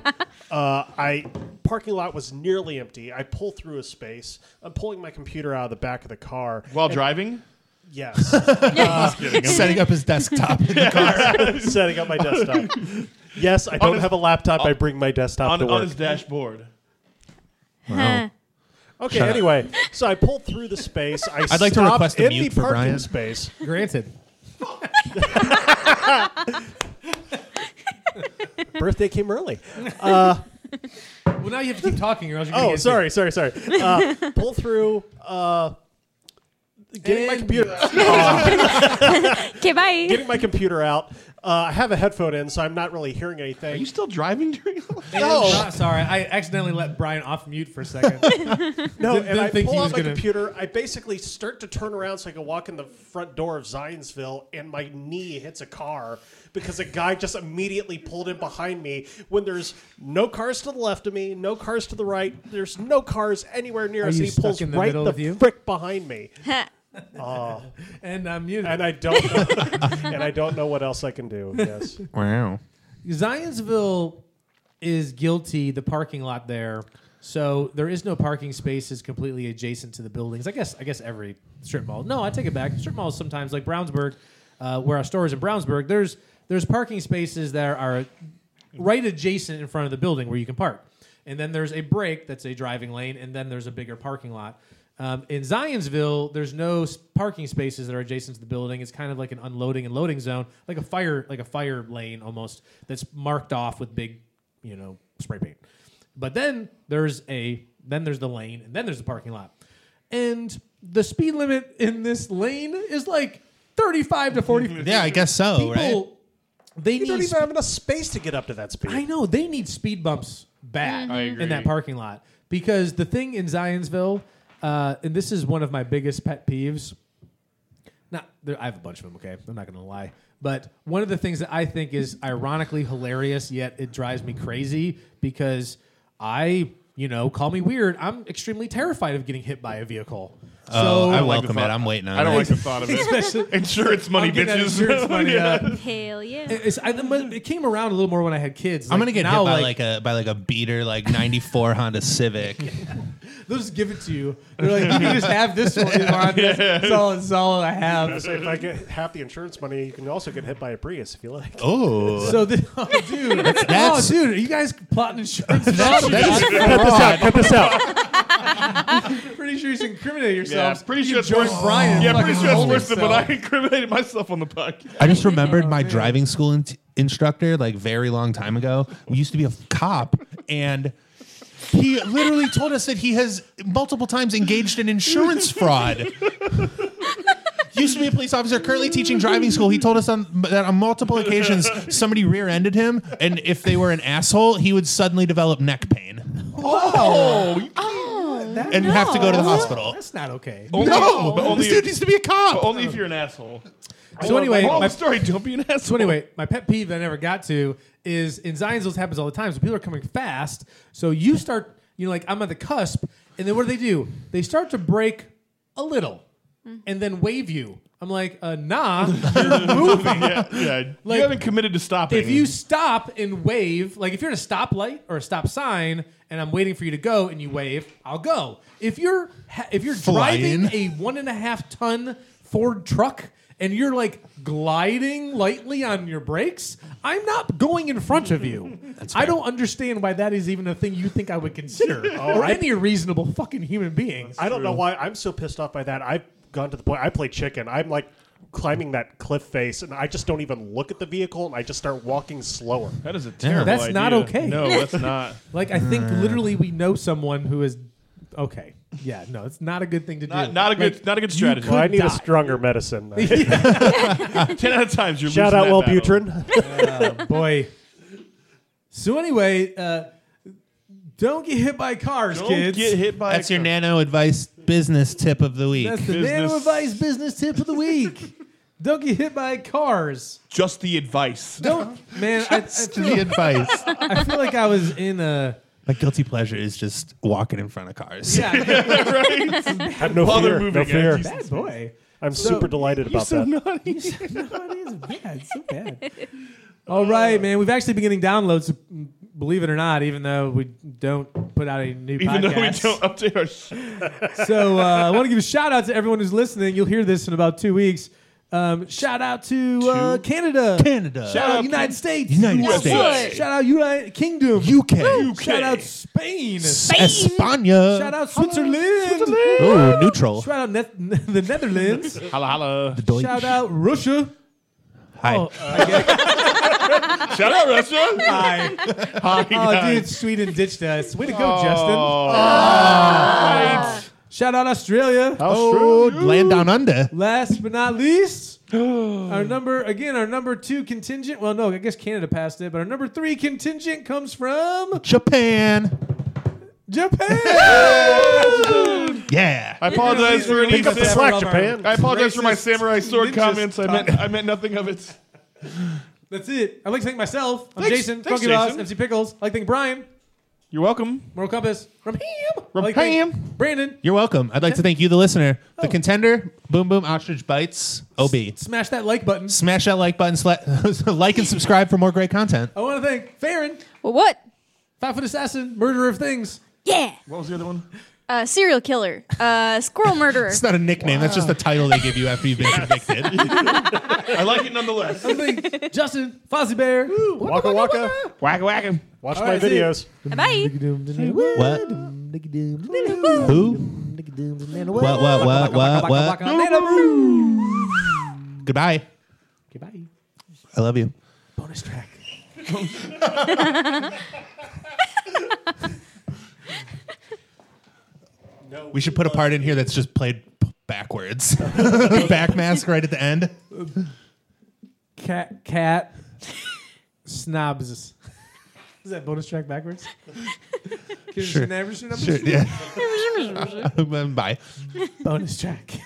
S5: uh, I parking lot was nearly empty. I pull through a space. I'm pulling my computer out of the back of the car.
S3: While driving?
S5: Yes,
S1: Setting up his desktop in the car.
S5: setting up my desktop. Yes, I don't
S3: his-
S5: have a laptop. I bring my desktop
S3: On,
S5: to
S3: on
S5: work.
S3: his dashboard.
S1: Wow.
S5: Okay, anyway, so I pulled through the space. I
S1: I'd like to
S5: stopped
S1: request a
S5: in
S1: mute
S5: the
S1: for
S5: parking
S1: Brian.
S5: space.
S2: Granted.
S5: Birthday came early.
S2: Well, now you have to keep talking, or else you're gonna
S5: Oh,
S2: get
S5: sorry, sorry, sorry. Uh, pull through. Uh, getting my
S2: And-
S5: computer.
S4: Okay, bye.
S5: getting my computer out. Uh, I have a headphone in, so I'm not really hearing anything.
S3: Are you still driving during
S2: No, sorry, I accidentally let Brian off mute for a second.
S5: No,
S2: Oh. Didn't-
S5: and
S2: didn't
S5: I
S2: think
S5: pull
S2: he
S5: out
S2: was
S5: my
S2: gonna-
S5: computer. I basically start to turn around so I can walk in the front door of Zionsville, and my knee hits a car because a guy just immediately pulled in behind me when there's no cars to the left of me, no cars to the right, there's no cars anywhere near
S2: Are
S5: us,
S2: you
S5: and he pulls
S2: stuck in the
S5: right
S2: middle
S5: the
S2: with you?
S5: frick behind me.
S2: and I'm muted.
S5: And I don't know, and I don't know what else I can do. Yes.
S1: Wow.
S2: Zionsville is guilty. The parking lot there, so there is no parking spaces completely adjacent to the buildings. I guess I guess every strip mall. No, I take it back. Strip malls sometimes, like Brownsburg, uh, where our store is in Brownsburg. There's there's parking spaces that are right adjacent in front of the building where you can park, and then there's a break that's a driving lane, and then there's a bigger parking lot. Um, in Zionsville, there's no s- parking spaces that are adjacent to the building. It's kind of like an unloading and loading zone, like a fire, like a fire lane almost that's marked off with big, you know, spray paint. But then there's a then there's the lane, and then there's the parking lot, and the speed limit in this lane is like 35 to 40.
S1: Yeah, I guess so,
S2: People,
S1: right?
S2: they
S5: You
S2: need
S5: don't
S2: sp-
S5: even have enough space to get up to that speed.
S2: I know they need speed bumps back
S3: Mm-hmm. I agree.
S2: in that parking lot because the thing in Zionsville, uh, and this is one of my biggest pet peeves. Not, there, I have a bunch of them. Okay, I'm not gonna lie, but one of the things that I think is ironically hilarious, yet it drives me crazy because I, you know, call me weird. I'm extremely terrified of getting hit by a vehicle.
S1: Oh,
S3: like
S1: I
S3: the
S1: welcome it.
S3: thought-
S1: I'm waiting on
S3: I don't
S1: it.
S3: like the thought of it. insurance money,
S2: I'll get that
S3: bitches.
S2: insurance money,
S3: Yeah.
S2: uh,
S4: Hell yeah.
S2: it's- I- but it came around a little more when I had kids.
S1: I'm
S2: Like,
S1: gonna get
S2: now,
S1: hit by like, a by like a beater like '94 Honda Civic.
S2: They'll just give it to you. They're like, you can just have this one. Yvonne. That's all, that's all I have.
S5: So if I get half the insurance money, you can also get hit by a Prius if you like.
S1: Oh,
S2: So, the, oh, dude,
S1: that's-
S2: oh, dude, are you guys plotting insurance? fraud?
S5: cut this out. Cut this out.
S2: I'm pretty sure you incriminated
S3: Yeah,
S2: yourself.
S3: pretty
S2: you
S3: sure it's
S2: George
S3: worse.
S2: Bryan.
S3: Yeah, pretty
S2: fucking
S3: sure it's
S2: sold
S3: worse than when I
S2: himself.
S3: incriminated myself on the podcast.
S1: I just
S3: Oh,
S1: remembered my driving school in- instructor like very long time ago. We used to be a cop, and he literally told us that he has multiple times engaged in insurance fraud. Used to be a police officer, currently teaching driving school. He told us on, that on multiple occasions somebody rear-ended him, and if they were an asshole, he would suddenly develop neck pain
S2: Oh,
S3: Oh.
S2: That-
S1: and have to go to the
S4: No.
S1: hospital.
S2: That's not okay.
S3: Only,
S1: No,
S3: but only,
S1: this dude needs to be a cop.
S3: but only if you're an asshole.
S2: So anyway,
S3: moral of
S2: my-
S3: the story: Don't be an asshole.
S2: So anyway, my pet peeve that I never got to is in Zionsville this happens all the time. So people are coming fast. So you start, you know, like I'm at the cusp, and then what do they do? They start to break a little, and then wave you. I'm like, uh, nah, you're moving.
S3: yeah, yeah.
S2: Like,
S3: you haven't committed to stopping.
S2: If you stop and wave, like if you're at a stoplight or a stop sign, and I'm waiting for you to go, and you wave, I'll go. If you're ha- if you're
S1: Flying.
S2: driving a one and a half ton Ford truck and you're like gliding lightly on your brakes, I'm not going in front of you. I don't understand why that is even a thing you think I would consider, or any reasonable fucking human being.
S5: I don't know why I'm so pissed off by that. I've gone to the point. I play chicken. I'm like climbing that cliff face, and I just don't even look at the vehicle, and I just start walking slower.
S3: that is a terrible.
S2: That's not
S3: idea.
S2: okay.
S3: No, that's not.
S2: Like I think literally we know someone who is okay. Yeah, no, it's not a good thing to
S3: Not,
S2: do.
S3: not a good.
S2: Like,
S3: not a good strategy.
S5: Well, I need
S2: die.
S5: a stronger medicine. though.
S3: Ten out of times you're
S5: Shout
S3: losing that battle.
S5: out Wellbutrin.
S2: boy. So anyway, uh, don't get hit by cars,
S3: Don't
S2: kids.
S3: get hit by.
S1: That's
S3: a
S1: your
S3: car.
S1: nano advice business tip of the week.
S2: That's the
S3: Business.
S2: nano advice business tip of the week. don't get hit by cars.
S3: Just the advice.
S2: Don't, man. I, I,
S1: the
S2: feel,
S1: advice.
S2: I feel like I was in a
S1: My guilty pleasure is just walking in front of cars.
S2: yeah,
S3: right?
S5: Have no
S3: While they're
S5: fear.
S3: moving,
S5: No
S3: guys.
S5: fear.
S3: Jesus.
S2: bad boy.
S5: I'm super delighted about that.
S3: naughty.
S2: No, it is bad. It's so bad. All right, man. We've actually been getting downloads. Believe it or not, even though we don't put out a new
S3: Even though we
S2: podcast.
S3: don't update our. Sh-
S2: So uh, I want to give a shout out to everyone who's listening. You'll hear this in about two weeks. Um, shout out to uh,
S3: Two?
S2: Canada.
S1: Canada.
S2: Shout
S3: out
S2: out United States.
S1: United
S3: USA.
S1: States.
S2: Shout out United Kingdom.
S1: UK.
S3: UK.
S2: Shout out Spain.
S1: España.
S2: Shout out Switzerland.
S1: Ooh, neutral.
S2: Shout out Net- the Netherlands.
S3: holla holla.
S1: Deutsch.
S2: shout out Russia.
S1: Hi.
S2: Oh, I guess-
S3: Shout out Russia.
S2: hi. oh, dude, Sweden ditched us. Way to
S3: Oh,
S2: go, Justin. Shout out Australia.
S1: oh, land down under.
S2: Last but not least, our number again, our number two contingent. Well, no, I guess Canada passed it, but our number three contingent comes from
S1: Japan.
S2: Japan.
S1: Yeah.
S3: I apologize for any.
S5: Pick up the
S3: sam-
S5: slack, Japan.
S3: I apologize for my
S2: Racist
S3: samurai sword
S2: ninjas.
S3: comments. I meant I meant nothing of it.
S2: That's it. I'd like to thank myself. I'm
S3: Thanks-
S2: Jason,
S3: thanks,
S2: Funky Boss,
S3: Jason.
S2: MC Pickles. I'd like to thank Brian,
S3: You're welcome.
S2: Moral Compass, from Ham.
S3: From
S2: I'd like to thank
S3: Ham.
S2: Brandon,
S1: You're welcome. I'd like to thank you, the listener.
S2: Oh.
S1: The contender, Boom Boom Ostrich Bites, OB.
S2: smash that like button.
S1: Smash that like button, sla- like and subscribe for more great content.
S2: I want to thank Farron,
S4: Well, what?
S2: Five Foot Assassin, Murderer of Things.
S4: Yeah.
S3: What was the other one?
S4: Uh, serial killer. Uh, squirrel murderer.
S1: It's not a nickname. That's just the title they give you after you've been convicted.
S3: I like it nonetheless.
S2: I wanna thank Justin, Fozzie Bear.
S5: Waka waka.
S3: Whack whack
S5: Watch
S2: All
S5: my
S2: right, see you.
S5: videos.
S4: Bye.
S1: what? Who? What, what, what, what, what? Goodbye.
S2: Goodbye.
S1: I love you.
S2: Bonus track.
S1: We should put a part in here that's just played p- backwards. Back mask right at the end.
S2: Cat cat snobs. Is that bonus track backwards?
S1: Sure. Sure, yeah. Um, Bye.
S2: bonus track.